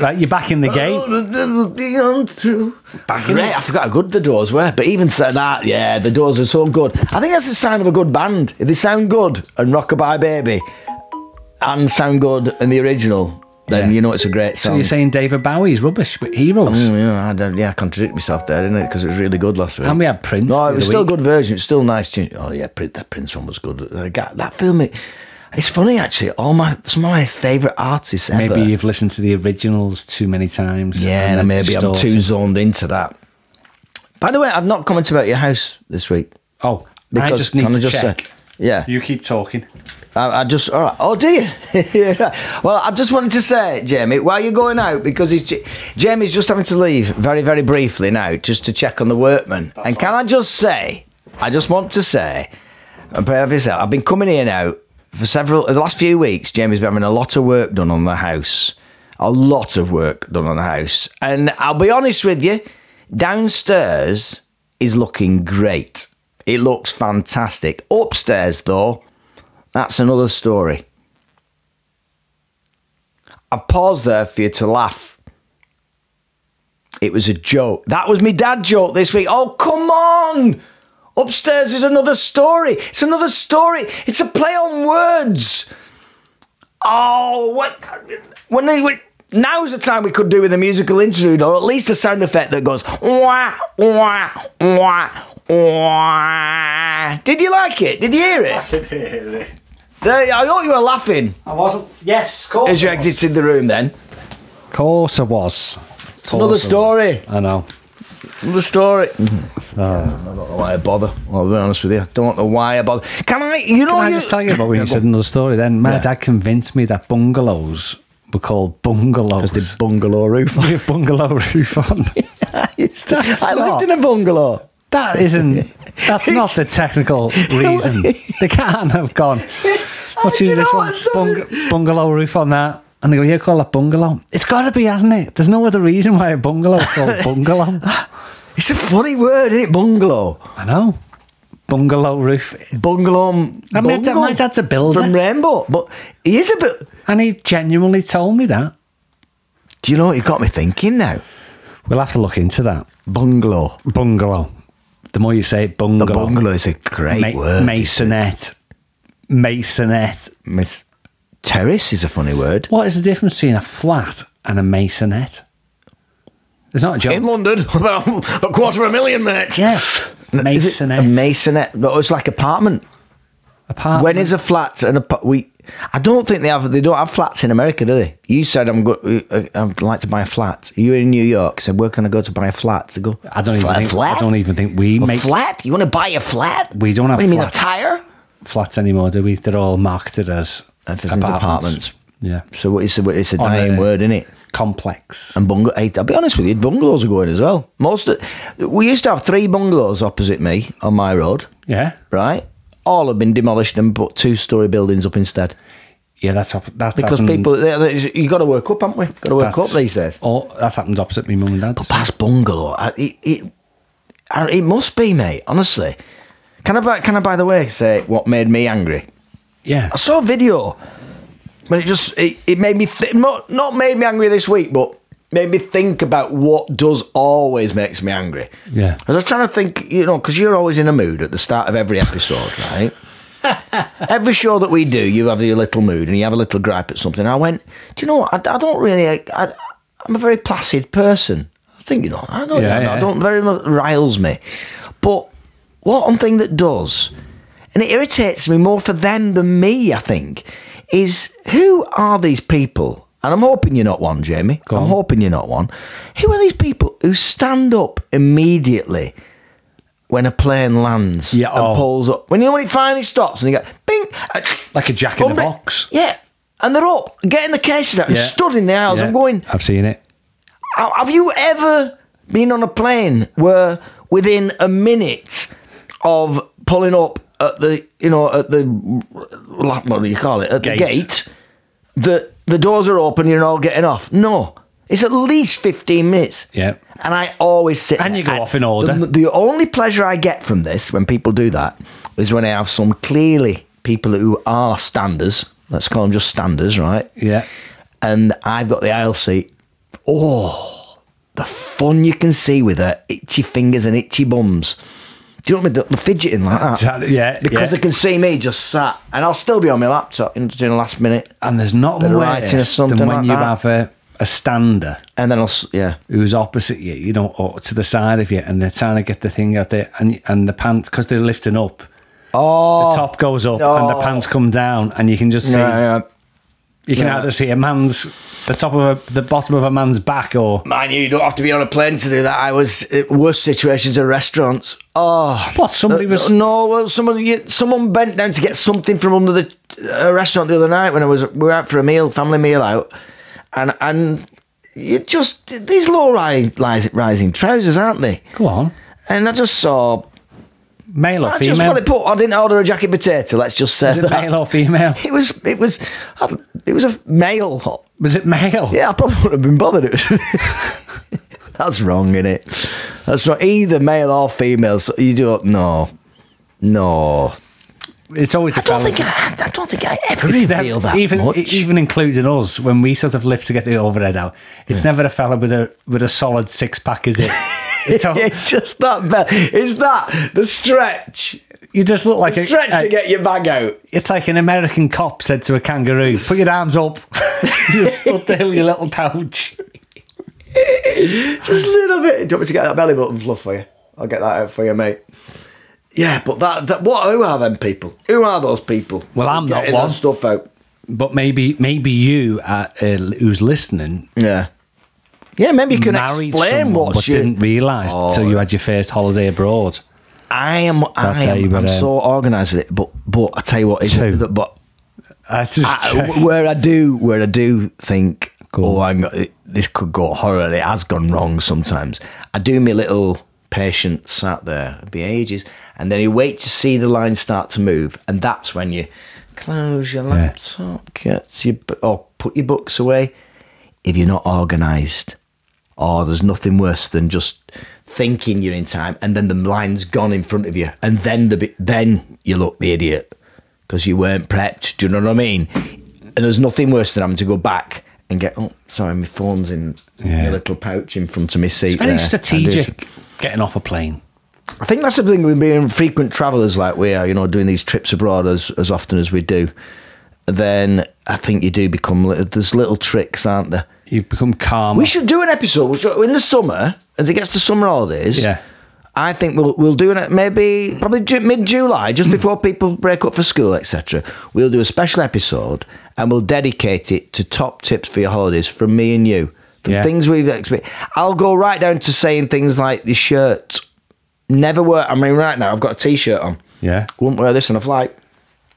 [SPEAKER 1] Right, you're back in the
[SPEAKER 2] Oh,
[SPEAKER 1] game.
[SPEAKER 2] the devil be on through.
[SPEAKER 1] Back in
[SPEAKER 2] Great,
[SPEAKER 1] it.
[SPEAKER 2] I forgot how good the doors were, but even said that, yeah, the doors are so good. I think that's the sign of a good band. If they sound good and Rockabye Baby and sound good in the original, then
[SPEAKER 1] Yeah.
[SPEAKER 2] you know it's a great
[SPEAKER 1] So
[SPEAKER 2] song.
[SPEAKER 1] you're saying David Bowie's rubbish, but heroes.
[SPEAKER 2] Mm, yeah, I don't, yeah, I contradict myself there, didn't it? Because it was really good last week.
[SPEAKER 1] And we had Prince the
[SPEAKER 2] No, it
[SPEAKER 1] other
[SPEAKER 2] was still a
[SPEAKER 1] week.
[SPEAKER 2] good version. It's still nice tune. Oh yeah, Prin- that Prince one was good. Uh, ga- That film, it, it's funny actually. All my some of my favourite artists ever.
[SPEAKER 1] Maybe you've listened to the originals too many times.
[SPEAKER 2] yeah, and
[SPEAKER 1] they're
[SPEAKER 2] maybe I'm
[SPEAKER 1] distorted.
[SPEAKER 2] too zoned into that. By the way, I've not commented about your house this week.
[SPEAKER 1] Oh, I just need
[SPEAKER 2] can
[SPEAKER 1] to
[SPEAKER 2] just say-
[SPEAKER 1] check.
[SPEAKER 2] yeah,
[SPEAKER 1] you keep talking.
[SPEAKER 2] I, I just, all right. Oh, do you? Yeah. Well, I just wanted to say, Jamie, while you're going out, because he's, ju- Jamie's just having to leave very, very briefly now just to check on the workman. and can I just say, I just want to say, and pay off yourself, I've been coming here now for several, the last few weeks, Jamie's been having a lot of work done on the house. A lot of work done on the house. And I'll be honest with you, downstairs is looking great. It looks fantastic. Upstairs, though, that's another story. I paused there for you to laugh. It was a joke. That was my dad joke this week. Oh, come on! Upstairs is another story. It's another story. It's a play on words. Oh, what? When they were, now's the time we could do with a musical interlude, or at least a sound effect that goes wah wah wah wah. Did you like it? Did you hear it? They- I thought you were laughing
[SPEAKER 1] I wasn't. Yes, of course.
[SPEAKER 2] as you
[SPEAKER 1] Oh, I was.
[SPEAKER 2] exited the room. Then
[SPEAKER 1] Of course I was. Course
[SPEAKER 2] another
[SPEAKER 1] I was.
[SPEAKER 2] story.
[SPEAKER 1] I know.
[SPEAKER 2] the story. Mm.
[SPEAKER 1] Oh.
[SPEAKER 2] I don't know why I bother. I'll be honest with you. I don't know why I bother. Can I? You know
[SPEAKER 1] Can I
[SPEAKER 2] Oh, you.
[SPEAKER 1] just tell you about when you said another story? Then my
[SPEAKER 2] Yeah.
[SPEAKER 1] dad convinced me that bungalows were called bungalows.
[SPEAKER 2] the bungalow roof.
[SPEAKER 1] With a bungalow roof on.
[SPEAKER 2] It's-
[SPEAKER 1] That's
[SPEAKER 2] I lived
[SPEAKER 1] not-
[SPEAKER 2] in a bungalow.
[SPEAKER 1] That isn't. That's not the technical reason. They can't have gone. What's
[SPEAKER 2] do you
[SPEAKER 1] you this
[SPEAKER 2] know
[SPEAKER 1] one?
[SPEAKER 2] what, son?
[SPEAKER 1] Bung- bungalow roof on that. And they go, yeah, call it bungalow. It's got to be, hasn't it? There's no other reason why a bungalow's called bungalow.
[SPEAKER 2] It's a funny word, isn't it? Bungalow.
[SPEAKER 1] I know. Bungalow roof.
[SPEAKER 2] Bungalow.
[SPEAKER 1] I mean, my dad-
[SPEAKER 2] bungle
[SPEAKER 1] my dad's a builder.
[SPEAKER 2] From Rainbow. But he is a bit.
[SPEAKER 1] And he genuinely told me that.
[SPEAKER 2] Do you know what? You got me thinking now.
[SPEAKER 1] We'll have to look into that.
[SPEAKER 2] Bungalow.
[SPEAKER 1] Bungalow. The more you say it,
[SPEAKER 2] The
[SPEAKER 1] bungalow.
[SPEAKER 2] bungalow is a great
[SPEAKER 1] Ma-
[SPEAKER 2] word.
[SPEAKER 1] masonette. Masonette.
[SPEAKER 2] Miss- Terrace is a funny word.
[SPEAKER 1] What is the difference between a flat and a masonette? It's not a joke.
[SPEAKER 2] In London, about a quarter of a million, mate.
[SPEAKER 1] yeah.
[SPEAKER 2] Is it
[SPEAKER 1] Masonette.
[SPEAKER 2] A masonette. No, it's like apartment.
[SPEAKER 1] Apartment.
[SPEAKER 2] When is a flat and a we? I don't think they have. They don't have flats in America, do they? You said I'm go, uh, I'd like to buy a flat. You're in New York. Said where can I go to buy a flat? To go.
[SPEAKER 1] I don't even
[SPEAKER 2] "Fla-
[SPEAKER 1] think-
[SPEAKER 2] flat?
[SPEAKER 1] I don't even think we
[SPEAKER 2] a
[SPEAKER 1] make-
[SPEAKER 2] flat. You want to buy a flat?
[SPEAKER 1] We don't have
[SPEAKER 2] What do you mean a
[SPEAKER 1] flats.
[SPEAKER 2] tire?
[SPEAKER 1] flats anymore, do we? They're all marketed as
[SPEAKER 2] Everything's
[SPEAKER 1] apartments.
[SPEAKER 2] apartments.
[SPEAKER 1] Yeah.
[SPEAKER 2] So what is it's a
[SPEAKER 1] On
[SPEAKER 2] dying
[SPEAKER 1] a-
[SPEAKER 2] word, isn't it?
[SPEAKER 1] Complex.
[SPEAKER 2] And bungal- hey, I'll be honest with you, bungalows are going as well. Most of, we used to have three bungalows opposite me on my road,
[SPEAKER 1] Yeah.
[SPEAKER 2] right? All have been demolished and put two-story buildings up instead.
[SPEAKER 1] Yeah, that's op- that's
[SPEAKER 2] Because
[SPEAKER 1] happened-
[SPEAKER 2] people, they, they, you got to work up, haven't we? Got to work
[SPEAKER 1] that's-
[SPEAKER 2] up these days.
[SPEAKER 1] Oh, that's happened opposite me, mum and dad's.
[SPEAKER 2] Bass bungalow. I, it, it, I, it must be, mate. Honestly, can I, by, can I, by the way, say what made me angry?
[SPEAKER 1] Yeah.
[SPEAKER 2] I saw a video, but it just it, it made me th- not not made me angry this week, but made me think about what does always makes me angry.
[SPEAKER 1] Yeah.
[SPEAKER 2] I was trying to think, you know, because you're always in a mood at the start of every episode, right? every show that we do, you have your little mood and you have a little gripe at something. I went, do you know what? I, I don't really. I, I'm a very placid person. I think you know. I don't.
[SPEAKER 1] Yeah,
[SPEAKER 2] I,
[SPEAKER 1] yeah.
[SPEAKER 2] don't very much riles me. But what one thing that does, and it irritates me more for them than me, I think, is who are these people? And I'm hoping you're not one, Jamie.
[SPEAKER 1] Go
[SPEAKER 2] I'm
[SPEAKER 1] on.
[SPEAKER 2] hoping you're not one. Who are these people who stand up immediately when a plane lands
[SPEAKER 1] Yeah,
[SPEAKER 2] and
[SPEAKER 1] oh.
[SPEAKER 2] pulls up? When you know when it finally stops and you go, bing,
[SPEAKER 1] Like a jack in the
[SPEAKER 2] Bumble-
[SPEAKER 1] box.
[SPEAKER 2] Yeah. And they're up, getting the cases out, and
[SPEAKER 1] Yeah.
[SPEAKER 2] stood in the house.
[SPEAKER 1] Yeah.
[SPEAKER 2] I'm going,
[SPEAKER 1] I've seen it.
[SPEAKER 2] "How- have you ever been on a plane where within a minute of pulling up at the, you know, at the, what do you call it, at
[SPEAKER 1] Gate.
[SPEAKER 2] the gate, the, the doors are open, you're all getting off? No. It's at least 15 minutes.
[SPEAKER 1] Yeah.
[SPEAKER 2] And I always sit.
[SPEAKER 1] And you go
[SPEAKER 2] I-
[SPEAKER 1] off in order.
[SPEAKER 2] The, the only pleasure I get from this when people do that is when I have some clearly people who are standers. Let's call them just standers, right?
[SPEAKER 1] Yeah.
[SPEAKER 2] And I've got the aisle seat. Oh, the fun you can see with her itchy fingers and itchy bums. Do you know what I mean? The, the fidgeting like that.
[SPEAKER 1] Exactly, yeah,
[SPEAKER 2] Because
[SPEAKER 1] yeah.
[SPEAKER 2] they can see me just sat, and I'll still be on my laptop in the last minute,
[SPEAKER 1] And there's nothing
[SPEAKER 2] They're
[SPEAKER 1] worse
[SPEAKER 2] writing or
[SPEAKER 1] than
[SPEAKER 2] something
[SPEAKER 1] when
[SPEAKER 2] like
[SPEAKER 1] you
[SPEAKER 2] that.
[SPEAKER 1] have a, a stander
[SPEAKER 2] and then I'll s- yeah.
[SPEAKER 1] who's opposite you, you know, or to the side of you, and they're trying to get the thing out there, and and the pants because they're lifting up,
[SPEAKER 2] Oh,
[SPEAKER 1] the top goes up, and the
[SPEAKER 2] Oh.
[SPEAKER 1] pants come down, and you can just see,
[SPEAKER 2] yeah, yeah.
[SPEAKER 1] you can
[SPEAKER 2] yeah.
[SPEAKER 1] either see a man's the top of a, the bottom of a man's back, or
[SPEAKER 2] I knew you don't have to be on a plane to do that. I was uh, worst situations are restaurants. Oh,
[SPEAKER 1] What, somebody
[SPEAKER 2] Uh,
[SPEAKER 1] was-
[SPEAKER 2] no. Well, someone you- someone bent down to get something from under the a restaurant the other night when I was we were out for a meal, family meal out, and and you just these low rise, rising trousers, aren't they?
[SPEAKER 1] go on,
[SPEAKER 2] And I just saw.
[SPEAKER 1] male or
[SPEAKER 2] I just
[SPEAKER 1] female,
[SPEAKER 2] wanted to put. I didn't order a jacket potato. Let's just say
[SPEAKER 1] is it
[SPEAKER 2] that.
[SPEAKER 1] male or female?
[SPEAKER 2] It was. It was. I- It was a male.
[SPEAKER 1] Was it male?
[SPEAKER 2] Yeah, I probably wouldn't have been bothered. It was- That's wrong, isn't it? That's wrong. Either male or female. So you don't. No, no.
[SPEAKER 1] It's always the
[SPEAKER 2] I don't
[SPEAKER 1] fellas.
[SPEAKER 2] think I. I don't think I ever
[SPEAKER 1] It's
[SPEAKER 2] really
[SPEAKER 1] nev-
[SPEAKER 2] feel that
[SPEAKER 1] even
[SPEAKER 2] much.
[SPEAKER 1] e- even including us when we sort of lift to get the overhead out. It's never a fella with a with a solid six pack, is it? It's all,
[SPEAKER 2] it's just that. Bad. It's that the stretch.
[SPEAKER 1] You just look like a,
[SPEAKER 2] Stretch
[SPEAKER 1] a-
[SPEAKER 2] to get your bag out.
[SPEAKER 1] It's like an American cop said to a kangaroo, "Put your arms up." you just stood there with your little pouch.
[SPEAKER 2] Just a little bit. Do you want me to get that belly button fluff for you? I'll get that out for you, mate. Yeah, but that, that what? Who are them people? Who are those people?
[SPEAKER 1] Well, I'm not
[SPEAKER 2] Getting
[SPEAKER 1] one.
[SPEAKER 2] That stuff out.
[SPEAKER 1] But maybe, maybe you, uh, uh, who's listening,
[SPEAKER 2] Yeah. Yeah, maybe you can
[SPEAKER 1] married
[SPEAKER 2] explain
[SPEAKER 1] someone,
[SPEAKER 2] what
[SPEAKER 1] but
[SPEAKER 2] you
[SPEAKER 1] didn't realise
[SPEAKER 2] Oh.
[SPEAKER 1] until you had your first holiday abroad.
[SPEAKER 2] I am. I
[SPEAKER 1] day,
[SPEAKER 2] am.
[SPEAKER 1] but,
[SPEAKER 2] I'm
[SPEAKER 1] um,
[SPEAKER 2] so organised with it, but but I tell you what, is
[SPEAKER 1] Two.
[SPEAKER 2] it, that- but
[SPEAKER 1] That's just
[SPEAKER 2] I- w- where I do where I do think
[SPEAKER 1] Go
[SPEAKER 2] oh
[SPEAKER 1] on.
[SPEAKER 2] I'm go- it- this could go horror it has gone wrong sometimes I do my little patient sat there it'd be ages and then you wait to see the line start to move and that's when you close your laptop get your bu- or put your books away if you're not organised or there's nothing worse than just thinking you're in time and then the line's gone in front of you and then the bi- then you look the idiot because you weren't prepped. Do you know what I mean? And there's nothing worse than having to go back and get oh sorry, my phone's in
[SPEAKER 1] Yeah.
[SPEAKER 2] a little pouch in front of my seat.
[SPEAKER 1] very
[SPEAKER 2] there." I,
[SPEAKER 1] strategic. Getting off a plane.
[SPEAKER 2] do- I think that's the thing with being frequent travellers like we are, you know, doing these trips abroad as as often as we do. Then I think you do become little, there's little tricks, aren't there?
[SPEAKER 1] You become calm.
[SPEAKER 2] We should do an episode we should- in the summer as it gets to summer holidays.
[SPEAKER 1] Yeah.
[SPEAKER 2] I think we'll we'll do it maybe probably ju- mid July, just
[SPEAKER 1] Hmm.
[SPEAKER 2] before people break up for school, etc. We'll do a special episode and we'll dedicate it to top tips for your holidays from me and you, from
[SPEAKER 1] Yeah.
[SPEAKER 2] things we've experienced. I'll go right down to saying things like the shirt. Never wear. I mean, right now I've got a t-shirt on.
[SPEAKER 1] Yeah.
[SPEAKER 2] Wouldn't wear this on a flight.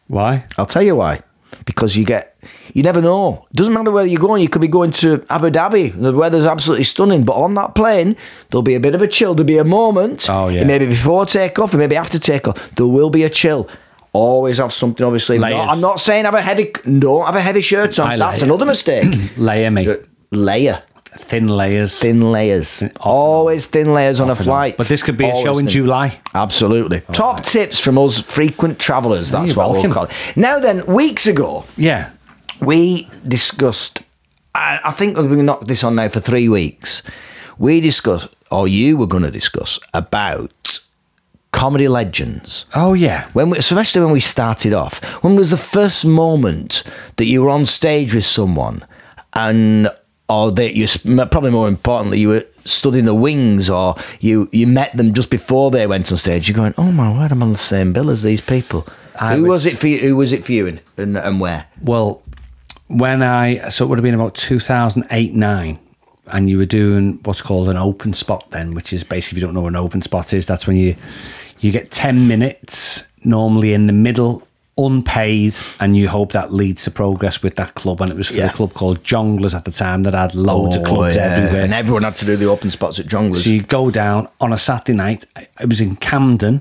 [SPEAKER 1] Why?
[SPEAKER 2] I'll tell you why. Because you get, you never know. Doesn't matter where you're going. You could be going to Abu Dhabi. The weather's absolutely stunning. But on that plane, there'll be a bit of a chill. There'll be a moment.
[SPEAKER 1] Oh, yeah.
[SPEAKER 2] It may be before takeoff. It may be after takeoff. There will be a chill. Always have something, obviously. No,
[SPEAKER 1] Layers.
[SPEAKER 2] I'm not saying have a heavy, don't have a heavy shirt on.
[SPEAKER 1] I
[SPEAKER 2] That's
[SPEAKER 1] like-
[SPEAKER 2] another mistake.
[SPEAKER 1] Layer me.
[SPEAKER 2] Layer.
[SPEAKER 1] Thin layers.
[SPEAKER 2] Thin layers. Always thin layers on a flight.
[SPEAKER 1] But this could be a
[SPEAKER 2] Always
[SPEAKER 1] show in
[SPEAKER 2] thin.
[SPEAKER 1] July.
[SPEAKER 2] Absolutely. Top tips from us frequent travellers. That's
[SPEAKER 1] You're
[SPEAKER 2] what
[SPEAKER 1] welcome.
[SPEAKER 2] we'll call it. Now then, weeks ago,
[SPEAKER 1] Yeah.
[SPEAKER 2] we discussed. I, I think we've knocked this on now for three weeks. We discussed, or you were going to discuss, about comedy legends.
[SPEAKER 1] Oh yeah.
[SPEAKER 2] When we, especially when we started off, when was the first moment that you were on stage with someone, and or that you s- m- probably more importantly you were stood in the wings, or you you met them just before they went on stage. You're going, oh my word, I'm on the same bill as these people.
[SPEAKER 1] I
[SPEAKER 2] who
[SPEAKER 1] was-
[SPEAKER 2] was it for you? Who was it for you, and and, and where?
[SPEAKER 1] Well, when I so it would have been about two thousand eight nine, and you were doing what's called an open spot then, which is basically if you don't know what an open spot is, that's when you you get ten minutes normally in the middle, unpaid, and you hope that leads to progress with that club. And it was for
[SPEAKER 2] Yeah.
[SPEAKER 1] a club called Jonglers at the time that had loads of
[SPEAKER 2] Oh,
[SPEAKER 1] clubs
[SPEAKER 2] yeah.
[SPEAKER 1] everywhere.
[SPEAKER 2] And everyone had to do the open spots at Jonglers.
[SPEAKER 1] So you go down on a Saturday night. It was in Camden,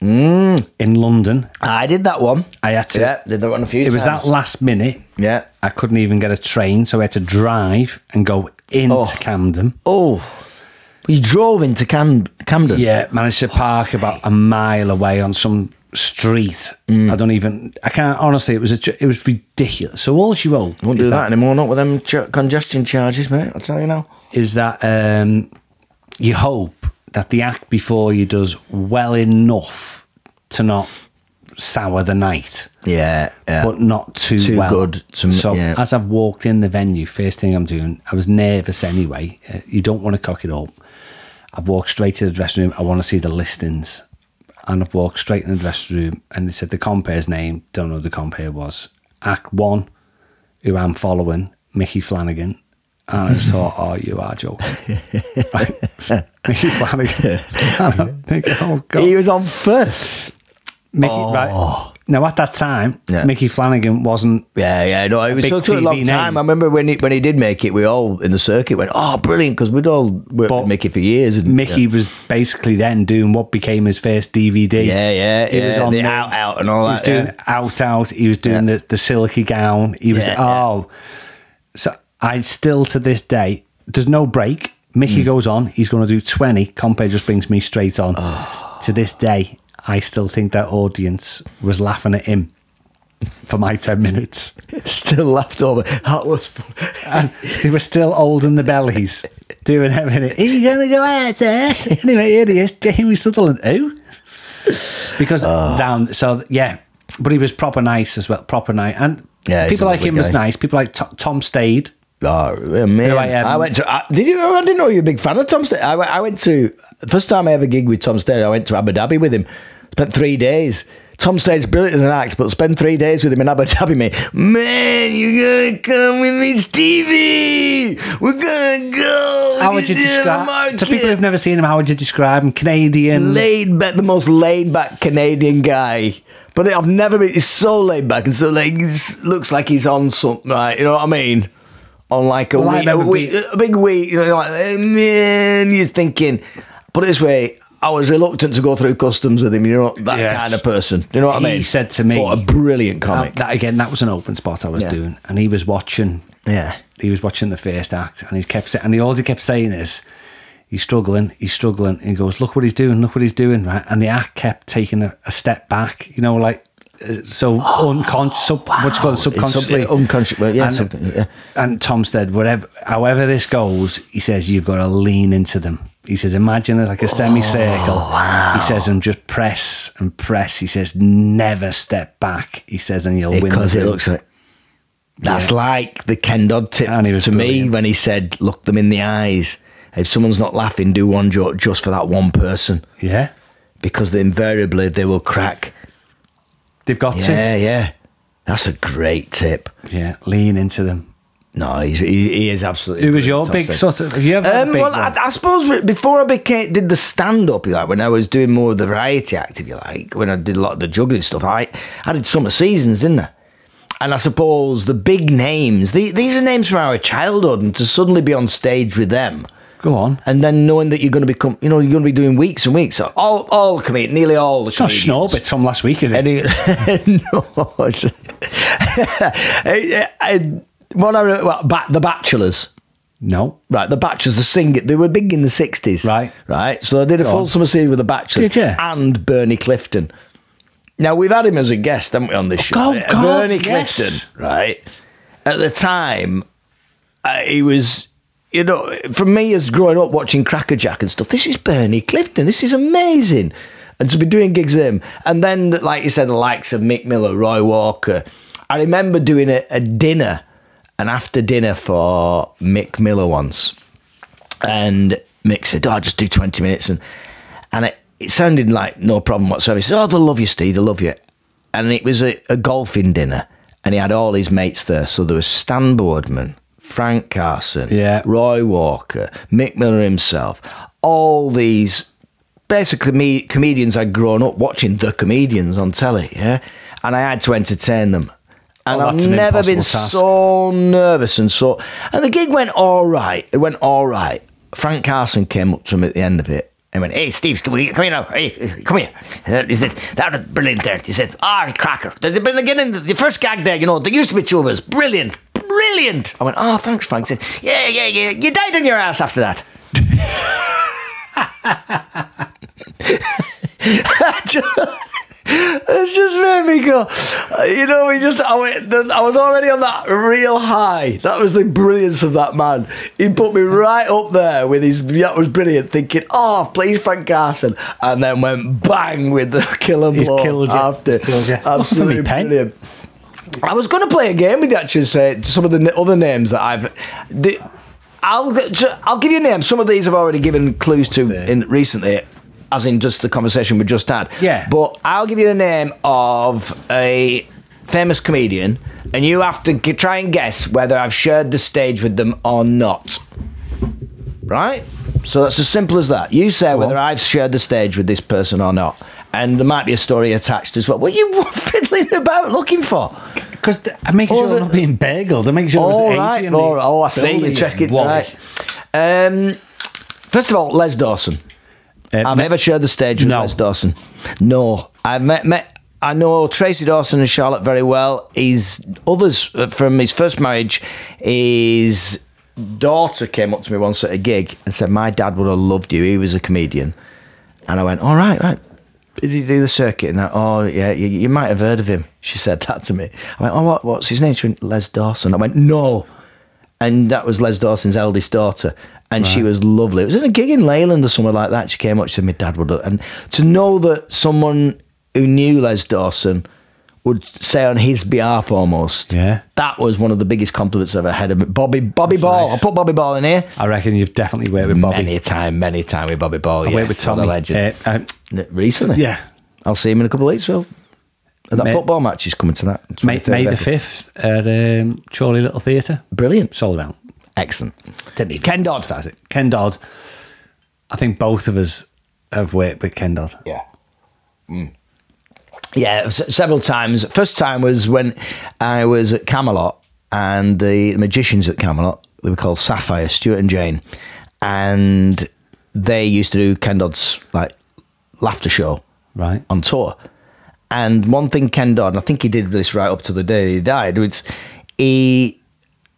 [SPEAKER 2] Mm.
[SPEAKER 1] in London.
[SPEAKER 2] I did that one.
[SPEAKER 1] I had to.
[SPEAKER 2] Yeah, did that one a few
[SPEAKER 1] It
[SPEAKER 2] times.
[SPEAKER 1] was that last minute.
[SPEAKER 2] Yeah.
[SPEAKER 1] I couldn't even get a train, so I had to drive and go into
[SPEAKER 2] Oh.
[SPEAKER 1] Camden.
[SPEAKER 2] Oh. You drove into Cam- Camden?
[SPEAKER 1] Yeah, managed to park about a mile away on some street. I don't even. I can't honestly. It was a. tr- It was ridiculous. So all she wrote
[SPEAKER 2] Won't
[SPEAKER 1] is
[SPEAKER 2] do that, anymore, not with them ch- congestion charges, mate. I'll tell you now.
[SPEAKER 1] is that um, you hope that the act before you does well enough to not sour the night.
[SPEAKER 2] Yeah, yeah.
[SPEAKER 1] but not too,
[SPEAKER 2] Too
[SPEAKER 1] well.
[SPEAKER 2] good to m-
[SPEAKER 1] so
[SPEAKER 2] yeah.
[SPEAKER 1] as I've walked in the venue, first thing I'm doing, I was nervous anyway. Uh, you don't want to cock it up. I've walked straight to the dressing room. I want to see the listings. And I've walked straight in the dressing room and they said the compare's name, don't know who the compare was. Act one, who I'm following, Mickey Flanagan. And I just thought, oh, you are joking. Right. Mickey Flanagan. And I'm thinking, oh, God.
[SPEAKER 2] he was on first.
[SPEAKER 1] Mickey, right. Now, at that time,
[SPEAKER 2] Yeah.
[SPEAKER 1] Mickey Flanagan wasn't
[SPEAKER 2] Yeah, yeah, no, it was
[SPEAKER 1] big
[SPEAKER 2] so took a
[SPEAKER 1] TV
[SPEAKER 2] long time.
[SPEAKER 1] name.
[SPEAKER 2] I remember when he, when he did make it, we all in the circuit went, oh, brilliant, because we'd all worked
[SPEAKER 1] But
[SPEAKER 2] with Mickey for years. And,
[SPEAKER 1] Mickey was basically then doing what became his first DVD.
[SPEAKER 2] Yeah, yeah,
[SPEAKER 1] He was
[SPEAKER 2] yeah,
[SPEAKER 1] on
[SPEAKER 2] the Out Out and all
[SPEAKER 1] He was
[SPEAKER 2] that,
[SPEAKER 1] doing
[SPEAKER 2] yeah.
[SPEAKER 1] out out. He was doing the, the silky gown. He was
[SPEAKER 2] Yeah, yeah.
[SPEAKER 1] oh, so I still to this day there's no break.
[SPEAKER 2] Mm.
[SPEAKER 1] Mickey goes on. He's going to do twenty. Compare just brings me straight on.
[SPEAKER 2] Oh.
[SPEAKER 1] To this day, I still think that audience was laughing at him for my ten minutes.
[SPEAKER 2] Still laughed over. That was fun.
[SPEAKER 1] And they were still old in the bellies
[SPEAKER 2] eh?
[SPEAKER 1] doing everything. Are you going to go out there? Anyway, here he is, Jamie Sutherland. Who? because
[SPEAKER 2] Ah.
[SPEAKER 1] down. So yeah, but he was proper nice as well, proper nice. And
[SPEAKER 2] Yeah, he's
[SPEAKER 1] people
[SPEAKER 2] a
[SPEAKER 1] like
[SPEAKER 2] lovely
[SPEAKER 1] him was
[SPEAKER 2] guy.
[SPEAKER 1] nice. People like To- Tom Stade.
[SPEAKER 2] Oh, man.
[SPEAKER 1] Who I am.
[SPEAKER 2] I went to. I, did you? I didn't know you were a big fan of Tom Stead. I, went- I went to. The first time I ever gigged with Tom Stead, I went to Abu Dhabi with him. Spent three days. Tom Stead's brilliant as an act, but spend three days with him in Abu Dhabi, mate. Man, you're gonna come with me, Stevie. We're gonna go.
[SPEAKER 1] How would you
[SPEAKER 2] Get in the
[SPEAKER 1] describe to people
[SPEAKER 2] market."
[SPEAKER 1] who've never seen him? How would you describe him? Canadian.
[SPEAKER 2] laid back, the most laid back Canadian guy. But I've never been. He's so laid back and so like he's, looks like he's on something, right? You know what I mean? On like a,
[SPEAKER 1] Well, I
[SPEAKER 2] week, a,
[SPEAKER 1] remember
[SPEAKER 2] week-
[SPEAKER 1] being-
[SPEAKER 2] a big week. You know, like "Hey, man, you're thinking. Put it this way. I was reluctant to go through customs with him. You know that
[SPEAKER 1] Yes.
[SPEAKER 2] kind of person. You know what
[SPEAKER 1] He
[SPEAKER 2] I mean?
[SPEAKER 1] said to me-
[SPEAKER 2] "What a brilliant comic."
[SPEAKER 1] That, that- again, that was an open spot I was
[SPEAKER 2] Yeah.
[SPEAKER 1] doing, and he was watching.
[SPEAKER 2] yeah,
[SPEAKER 1] He was watching the first act, and he kept saying, and he all he kept saying is, he's struggling, he's struggling. And he goes, look what he's doing, look what he's doing, right? And the act kept taking a, a step back, you know, like uh, so
[SPEAKER 2] Oh,
[SPEAKER 1] unconscious, sub, what's called subconsciously,
[SPEAKER 2] unconscious- well, oh, yeah,
[SPEAKER 1] and,
[SPEAKER 2] something, yeah.
[SPEAKER 1] and Tom said, whatever, however this goes, he says you've got to lean into them. He says, imagine it like a semicircle.
[SPEAKER 2] Oh,
[SPEAKER 1] He says, and just press and press. He says, never step back. He says, and you'll win.
[SPEAKER 2] because
[SPEAKER 1] the
[SPEAKER 2] it
[SPEAKER 1] thing."
[SPEAKER 2] looks like. That's
[SPEAKER 1] Yeah.
[SPEAKER 2] like the Ken Dodd tip
[SPEAKER 1] And he was
[SPEAKER 2] to me
[SPEAKER 1] brilliant.
[SPEAKER 2] when he said, "Look them in the eyes. If someone's not laughing, do one joke just for that one person,
[SPEAKER 1] yeah,
[SPEAKER 2] because they, invariably they will crack."
[SPEAKER 1] they've got to.
[SPEAKER 2] Yeah, yeah, that's a great tip.
[SPEAKER 1] Yeah, lean into them.
[SPEAKER 2] No, he's, he, he is absolutely.
[SPEAKER 1] Who was your
[SPEAKER 2] brilliant,
[SPEAKER 1] big
[SPEAKER 2] Tom Selleck.
[SPEAKER 1] sort of? Have you ever had a
[SPEAKER 2] Um,
[SPEAKER 1] big
[SPEAKER 2] well,
[SPEAKER 1] one?
[SPEAKER 2] I, I suppose re- before I became did the stand up, like when I was doing more of the variety act, if you like, when I did a lot of the juggling stuff, I I did summer seasons, didn't I? And I suppose the big names, the, these are names from our childhood, and to suddenly be on stage with them,
[SPEAKER 1] Go on.
[SPEAKER 2] and then knowing that you're going to become, you know, you're going to be doing weeks and weeks. All all comedians, nearly all. The
[SPEAKER 1] It's not
[SPEAKER 2] comedians.
[SPEAKER 1] Schnorbitz from last week, is it?
[SPEAKER 2] Any, no. it's- I- I- What I re- well, Ba- the Bachelors.
[SPEAKER 1] no.
[SPEAKER 2] Right, the Bachelors, the singer, they were big in the sixties.
[SPEAKER 1] Right.
[SPEAKER 2] right. So I did a full
[SPEAKER 1] on.
[SPEAKER 2] summer series with the Bachelors.
[SPEAKER 1] Did ya?
[SPEAKER 2] And Bernie Clifton. Now we've had him as a guest, haven't we, on this show?
[SPEAKER 1] Oh,
[SPEAKER 2] Uh,
[SPEAKER 1] God,
[SPEAKER 2] Bernie
[SPEAKER 1] yes.
[SPEAKER 2] Clifton. Right. At the time, uh, he was, you know, for me as growing up watching Crackerjack and stuff. This is Bernie Clifton. This is amazing. And to be doing gigs with him, and then like you said, the likes of Mick Miller, Roy Walker. I remember doing a, a dinner, an after dinner for Mick Miller once and Mick said, oh, just do 20 minutes. And and it, it sounded like no problem whatsoever. He said, oh, they'll love you, Steve, they'll love you. And it was a, a golfing dinner, and he had all his mates there. So there was Stan Boardman, Frank Carson,
[SPEAKER 1] Yeah.
[SPEAKER 2] Roy Walker, Mick Miller himself, all these basically me, comedians I'd grown up watching the comedians on telly, yeah? And I had to entertain them. And
[SPEAKER 1] Oh, that's
[SPEAKER 2] I've
[SPEAKER 1] an
[SPEAKER 2] never
[SPEAKER 1] impossible
[SPEAKER 2] been
[SPEAKER 1] task.
[SPEAKER 2] so so nervous and so and the gig went all right it went all right frank carson came up to him at the end of it and went hey steve come here come here, now. Hey, come here Uh, he said that was brilliant there he said ah cracker the, the, beginning, the first gag there you know there used to be two of us brilliant brilliant i went oh thanks frank he said yeah yeah yeah you died on your ass after that It's just made me go. uh, You know, he just. I, went, th- I was already on that real high. That was the brilliance of that man. He put me right up there with his. That was brilliant. Thinking, oh, please, Frank Carson, and then went bang with the killer
[SPEAKER 1] He's
[SPEAKER 2] blow
[SPEAKER 1] killed you.
[SPEAKER 2] after.
[SPEAKER 1] Killed you.
[SPEAKER 2] Absolutely
[SPEAKER 1] Offer me pen.
[SPEAKER 2] brilliant. I was going to play a game with you actually. Say some of the n- other names that I've. The, I'll g- ju- I'll give you a name. Some of these I've already given clues
[SPEAKER 1] there?
[SPEAKER 2] to in recently, as in just the conversation we just had.
[SPEAKER 1] Yeah.
[SPEAKER 2] But I'll give you the name of a famous comedian, and you have to g- try and guess whether I've shared the stage with them or not. Right? So that's as simple as that. You say whether I've shared the stage with this person or not. And there might be a story attached as well. What are you fiddling about looking for?
[SPEAKER 1] Because I'm making
[SPEAKER 2] Oh,
[SPEAKER 1] sure I'm
[SPEAKER 2] the-
[SPEAKER 1] not being burgled. I'm making sure it's
[SPEAKER 2] All
[SPEAKER 1] Adrian.
[SPEAKER 2] right.
[SPEAKER 1] the
[SPEAKER 2] all right. Oh, I see.
[SPEAKER 1] building
[SPEAKER 2] You check it.
[SPEAKER 1] wall.
[SPEAKER 2] Right. Um, first of all, Les Dawson.
[SPEAKER 1] Uh,
[SPEAKER 2] I've never shared the stage with
[SPEAKER 1] No.
[SPEAKER 2] Les Dawson. No, I've met, met. I know Tracy Dawson and Charlotte very well. His others uh, from his first marriage. His daughter came up to me once at a gig and said, "My dad would have loved you. He was a comedian." And I went, "All right, right." Did he do the circuit? And I, oh yeah, you, you might have heard of him. She said that to me. I went, "Oh, what, what's his name?" She went, "Les Dawson." I went, "No." and that was Les Dawson's eldest daughter. and she was lovely. It was in a gig in Leyland or somewhere like that. She came up, she said, My dad would. And to know that someone who knew Les Dawson would say on his behalf almost,
[SPEAKER 1] Yeah.
[SPEAKER 2] that was one of the biggest compliments I've ever had. of Bobby, Bobby Ball.
[SPEAKER 1] nice.
[SPEAKER 2] I put Bobby Ball in here.
[SPEAKER 1] I reckon you've definitely worked with Bobby.
[SPEAKER 2] Many a time, many a time with Bobby Ball.
[SPEAKER 1] I've
[SPEAKER 2] yes,
[SPEAKER 1] worked with
[SPEAKER 2] what
[SPEAKER 1] Tommy.
[SPEAKER 2] a legend.
[SPEAKER 1] Uh, um,
[SPEAKER 2] N- Recently,
[SPEAKER 1] yeah.
[SPEAKER 2] I'll see him in a couple of weeks. Will And that
[SPEAKER 1] May-
[SPEAKER 2] football match is coming to that
[SPEAKER 1] May,
[SPEAKER 2] 23rd
[SPEAKER 1] May the
[SPEAKER 2] of April.
[SPEAKER 1] 5th at um, Chorley Little Theatre.
[SPEAKER 2] Brilliant,
[SPEAKER 1] Sold out.
[SPEAKER 2] excellent.
[SPEAKER 1] Didn't even
[SPEAKER 2] Ken Dodd,
[SPEAKER 1] advertise it. Ken Dodd. I think both of us have worked with Ken Dodd.
[SPEAKER 2] Yeah. Mm. Yeah, s- several times. First time was when I was at Camelot, and the magicians at Camelot, they were called Sapphire, Stuart and Jane, and they used to do Ken Dodd's like laughter show
[SPEAKER 1] Right.
[SPEAKER 2] on tour. And one thing Ken Dodd, and I think he did this right up to the day he died, was he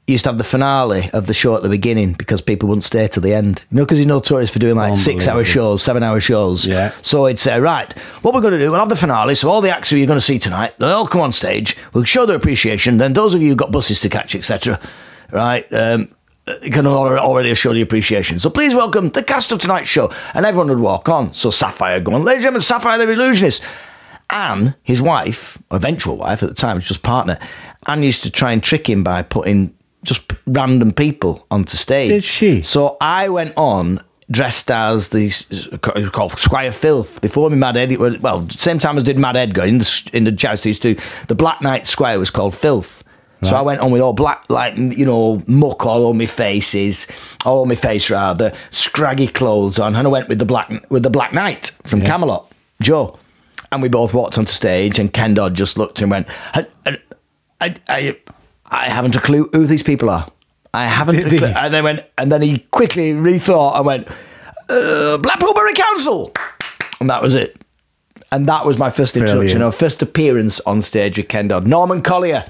[SPEAKER 2] used to have the finale of the show at the beginning because people wouldn't stay to the end. You know, because he's notorious for doing like six hour
[SPEAKER 1] Unbelievable.
[SPEAKER 2] shows, seven hour shows.
[SPEAKER 1] Yeah.
[SPEAKER 2] So he'd say, right, what we're going to do, we'll have the finale. So all the acts who you're going to see tonight, they'll all come on stage. We'll show their appreciation. Then those of you who've got buses to catch, etc., right, um, you can al- already show the appreciation. So please welcome the cast of tonight's show. And everyone would walk on. So Sapphire going, ladies and gentlemen, Sapphire the illusionist. Anne, his wife, or eventual wife at the time, was just partner. Anne used to try and trick him by putting just p- random people onto stage.
[SPEAKER 1] Did she?
[SPEAKER 2] So I went on dressed as the it was called Squire Filth before me Mad Edgar. Well, same time as did Mad Edgar in the in the jazz these two. The Black Knight Squire was called Filth. So I went on with all black, like you know, muck all over my faces, all over my face rather, scraggy clothes on, and I went with the black with the Black Knight from Camelot, Joe, and we both walked onto stage, and Ken Dodd just looked and went, I, I, I, I, I haven't a clue who these people are. I haven't.
[SPEAKER 1] Did
[SPEAKER 2] a
[SPEAKER 1] he?
[SPEAKER 2] clue. And then went, and then he quickly rethought and went, uh, Blackpool Borough Council, and that was it. And that was my first introduction,
[SPEAKER 1] Brilliant.
[SPEAKER 2] or first appearance on stage with Ken Dodd. Norman Collier.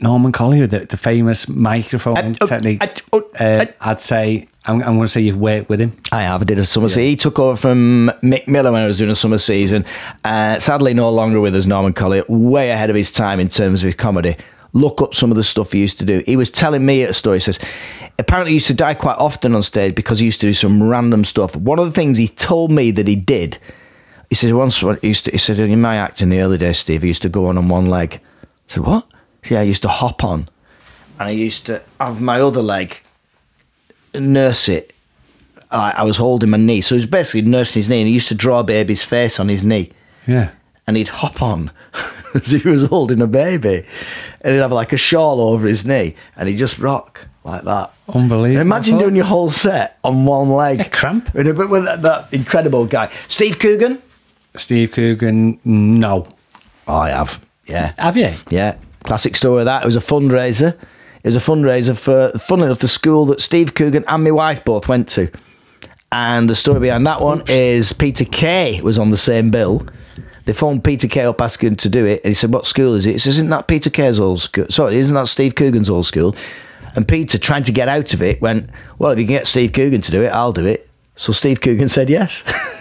[SPEAKER 1] Norman Collier, the, the famous microphone
[SPEAKER 2] Uh, oh,
[SPEAKER 1] technique.
[SPEAKER 2] uh, oh,
[SPEAKER 1] Uh,
[SPEAKER 2] uh,
[SPEAKER 1] I'd say, I'm, I'm going to say you've worked with him.
[SPEAKER 2] I have. I did a summer season. He took over from Mick Miller when I was doing a summer season. Uh, sadly, no longer with us, Norman Collier. Way ahead of his time in terms of his comedy. Look up some of the stuff he used to do. He was telling me a story. He says, apparently he used to die quite often on stage because he used to do some random stuff. One of the things he told me that he did, he says, once when he, used to, he said, in my act in the early days, Steve, he used to go on on one leg. I said, what? He said, Yeah, I used to hop on and I used to have my other leg nurse it I, I was holding my knee. So he was basically nursing his knee and he used to draw a baby's face on his knee
[SPEAKER 1] Yeah.
[SPEAKER 2] and he'd hop on as if he was holding a baby. And he'd have like a shawl over his knee and he'd just rock like that.
[SPEAKER 1] Unbelievable.
[SPEAKER 2] Imagine doing your whole set on one leg.
[SPEAKER 1] Oh, A cramp.
[SPEAKER 2] With, a- with that, that incredible guy. Steve Coogan?
[SPEAKER 1] Steve Coogan, no.
[SPEAKER 2] I have. Yeah.
[SPEAKER 1] Have you?
[SPEAKER 2] Yeah, classic story of that. It was a fundraiser. It was a fundraiser for, fun enough, the school that Steve Coogan and my wife both went to. And the story behind that one is Peter Kay was on the same bill. They phoned Peter Kay up asking him to do it, and he said, "What school is it?" He says, "Isn't that Peter Kay's old school? Sorry, isn't that Steve Coogan's old school?" And Peter, trying to get out of it, went, "Well, if you can get Steve Coogan to do it, I'll do it." So Steve Coogan said yes.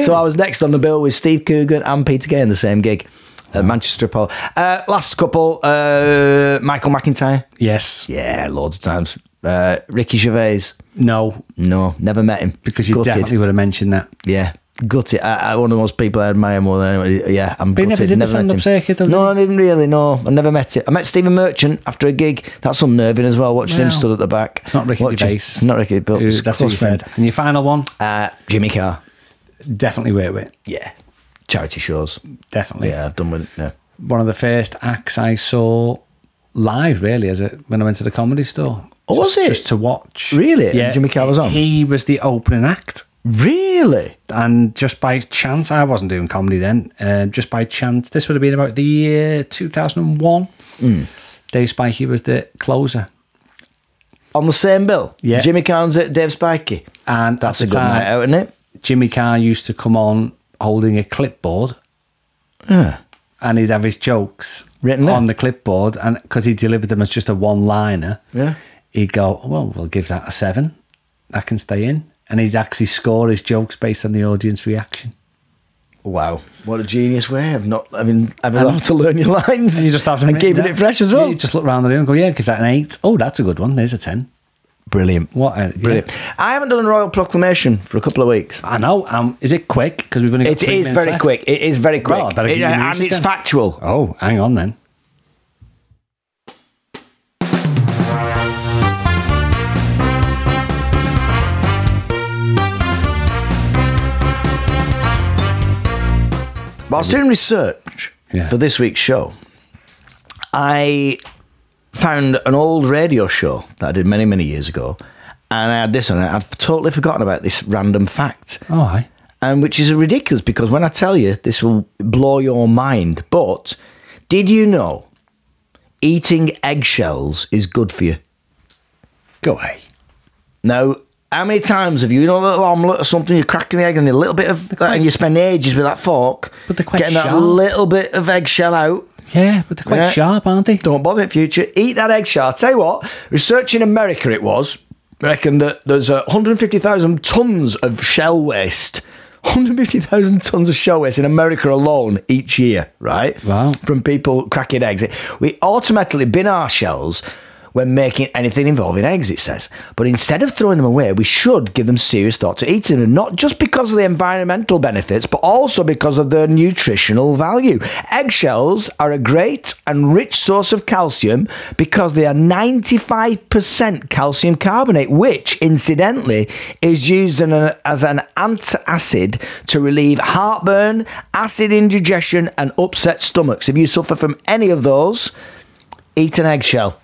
[SPEAKER 2] So I was next on the bill with Steve Coogan and Peter Kay in the same gig at Manchester Apollo. Uh, last couple, uh, Michael McIntyre.
[SPEAKER 1] Yes.
[SPEAKER 2] Yeah, loads of times. Uh, Ricky Gervais.
[SPEAKER 1] No,
[SPEAKER 2] No, never met him.
[SPEAKER 1] because you
[SPEAKER 2] Gutted.
[SPEAKER 1] definitely would have mentioned that.
[SPEAKER 2] Yeah. Gutted. I, I, one of the most people I admire more than anybody. Yeah, I'm
[SPEAKER 1] But he
[SPEAKER 2] gutted.
[SPEAKER 1] never did the
[SPEAKER 2] met
[SPEAKER 1] stand-up
[SPEAKER 2] him.
[SPEAKER 1] circuit, though,
[SPEAKER 2] No, I didn't really. No, I never met it. I met Stephen Merchant after a gig. That's unnerving as well. Watching him
[SPEAKER 1] Well,
[SPEAKER 2] stood at the back.
[SPEAKER 1] It's not Ricky
[SPEAKER 2] Watching-
[SPEAKER 1] Gervais.
[SPEAKER 2] It's not Ricky, but
[SPEAKER 1] Who-
[SPEAKER 2] it's
[SPEAKER 1] that's what you
[SPEAKER 2] close friend.
[SPEAKER 1] said. And your final one,
[SPEAKER 2] Uh, Jimmy Carr.
[SPEAKER 1] definitely worked with.
[SPEAKER 2] Yeah. Charity shows.
[SPEAKER 1] Definitely.
[SPEAKER 2] Yeah, I've done with it. Yeah.
[SPEAKER 1] One of the first acts I saw live, really, as a, when I went to the comedy store.
[SPEAKER 2] Oh, was
[SPEAKER 1] Just-
[SPEAKER 2] it?
[SPEAKER 1] Just to watch.
[SPEAKER 2] Really? And Jimmy Carr was on?
[SPEAKER 1] He was the opening act.
[SPEAKER 2] Really?
[SPEAKER 1] and just by chance, I wasn't doing comedy then. Um, just by chance, this would have been about the year 2001.
[SPEAKER 2] Hmm.
[SPEAKER 1] Dave Spikey was the closer,
[SPEAKER 2] On the same bill?
[SPEAKER 1] Yeah.
[SPEAKER 2] Jimmy Carr and Dave Spikey.
[SPEAKER 1] and
[SPEAKER 2] That's a
[SPEAKER 1] at
[SPEAKER 2] good
[SPEAKER 1] the time,
[SPEAKER 2] night out, isn't it?
[SPEAKER 1] Jimmy Carr used to come on holding a clipboard,
[SPEAKER 2] Yeah.
[SPEAKER 1] and he'd have his jokes
[SPEAKER 2] Written
[SPEAKER 1] on
[SPEAKER 2] out.
[SPEAKER 1] the clipboard, and because he delivered them as just a one-liner,
[SPEAKER 2] Yeah.
[SPEAKER 1] he'd go, "Well, we'll give that a seven. That can stay in." And he'd actually score his jokes based on the audience reaction.
[SPEAKER 2] Wow, what a genius way of not having having
[SPEAKER 1] I know.
[SPEAKER 2] have to learn your lines.
[SPEAKER 1] You just have to
[SPEAKER 2] and
[SPEAKER 1] written
[SPEAKER 2] keeping
[SPEAKER 1] down.
[SPEAKER 2] it fresh as
[SPEAKER 1] Yeah,
[SPEAKER 2] well.
[SPEAKER 1] you just look round the room and go, yeah, give that an eight. Oh, that's a good one. There's a ten.
[SPEAKER 2] Brilliant.
[SPEAKER 1] What? A, yeah.
[SPEAKER 2] Brilliant. I haven't done a royal proclamation for a couple of weeks.
[SPEAKER 1] I know. Um, is it quick? Because we've only got
[SPEAKER 2] It
[SPEAKER 1] three
[SPEAKER 2] is
[SPEAKER 1] minutes
[SPEAKER 2] very
[SPEAKER 1] left.
[SPEAKER 2] quick. It is very quick.
[SPEAKER 1] Well, I better
[SPEAKER 2] It-
[SPEAKER 1] give you the
[SPEAKER 2] and
[SPEAKER 1] music
[SPEAKER 2] it's
[SPEAKER 1] then.
[SPEAKER 2] factual.
[SPEAKER 1] Oh, hang on then.
[SPEAKER 2] Whilst doing research
[SPEAKER 1] Yeah.
[SPEAKER 2] for this week's show, I found an old radio show that I did many, many years ago, and I had this on it. I'd totally forgotten about this random fact,
[SPEAKER 1] All right.
[SPEAKER 2] and which is ridiculous because when I tell you, this will blow your mind. But did you know eating eggshells is good for you?
[SPEAKER 1] Go away.
[SPEAKER 2] Now, how many times have you, you know, a little omelette or something, you're cracking the egg and a little bit of, and you spend ages with that fork,
[SPEAKER 1] But they're quite
[SPEAKER 2] getting that
[SPEAKER 1] sharp.
[SPEAKER 2] little bit of eggshell out.
[SPEAKER 1] Yeah, but they're quite
[SPEAKER 2] Yeah.
[SPEAKER 1] sharp, aren't they?
[SPEAKER 2] Don't bother it, future. Eat that eggshell. I tell you what, research in America it was, reckon that there's uh, 150,000 tons of shell waste. 150,000 tons of shell waste in America alone each year, right?
[SPEAKER 1] Wow.
[SPEAKER 2] From people cracking eggs. We automatically bin our shells when making anything involving eggs, it says. But instead of throwing them away, we should give them serious thought to eating them, not just because of the environmental benefits, but also because of their nutritional value. Eggshells are a great and rich source of calcium because they are 95% calcium carbonate, which, incidentally, is used in a- as an antacid to relieve heartburn, acid indigestion, and upset stomachs. If you suffer from any of those, eat an eggshell.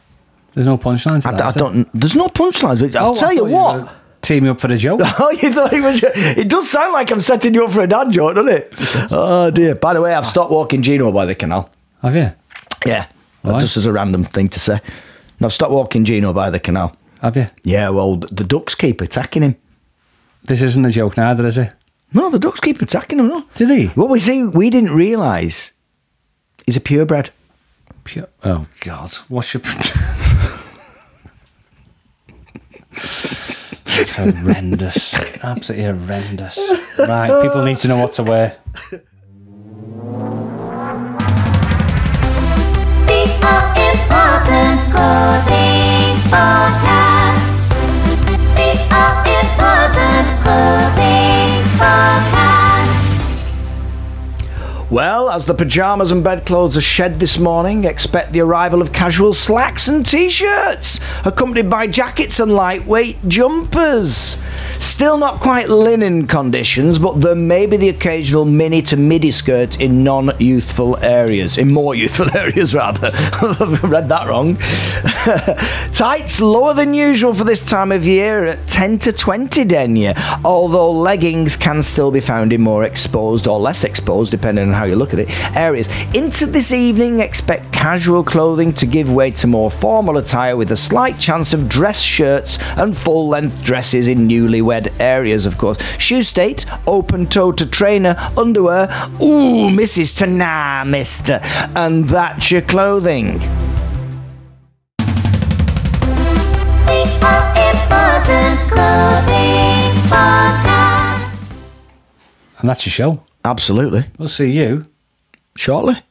[SPEAKER 1] There's no punchline to
[SPEAKER 2] I,
[SPEAKER 1] that.
[SPEAKER 2] I
[SPEAKER 1] is there?
[SPEAKER 2] don't. There's no punchlines. but I'll
[SPEAKER 1] Oh, I
[SPEAKER 2] tell you
[SPEAKER 1] thought were
[SPEAKER 2] what.
[SPEAKER 1] gonna Tee me up for the joke.
[SPEAKER 2] Oh, you thought he was. It does sound like I'm setting you up for a dad joke, doesn't it? Oh dear. By the way, I've stopped walking Gino by the canal.
[SPEAKER 1] Have you?
[SPEAKER 2] Yeah,
[SPEAKER 1] Why?
[SPEAKER 2] just as a random thing to say. No, I've stopped walking Gino by the canal.
[SPEAKER 1] Have you?
[SPEAKER 2] Yeah, well, th- the ducks keep attacking him.
[SPEAKER 1] This isn't a joke neither, is it?
[SPEAKER 2] No, the ducks keep attacking him. No.
[SPEAKER 1] Did he?
[SPEAKER 2] What we see, we didn't realise he's a purebred.
[SPEAKER 1] Pure- Oh God! What's your? It's horrendous. Absolutely horrendous. Right, people need to know what to wear.
[SPEAKER 3] The All Important Clothing Podcast. The All Important Clothing Podcast.
[SPEAKER 2] Well, as the pyjamas and bedclothes are shed this morning, expect the arrival of casual slacks and t shirts, accompanied by jackets and lightweight jumpers. Still not quite linen conditions, but there may be the occasional mini to midi skirt in non youthful areas, in more youthful areas rather. Read that wrong. Tights lower than usual for this time of year at 10 to 20 denier, although leggings can still be found in more exposed or less exposed, depending on how you look at it, areas. Into this evening, expect casual clothing to give way to more formal attire with a slight chance of dress shirts and full length dresses in newlywed areas, of course. Shoe state, open toe to trainer, underwear, ooh, Mrs. to nah, mister. And that's your clothing.
[SPEAKER 3] The All Important Clothing Podcast.
[SPEAKER 1] And that's your show.
[SPEAKER 2] Absolutely.
[SPEAKER 1] We'll see you
[SPEAKER 2] Shortly.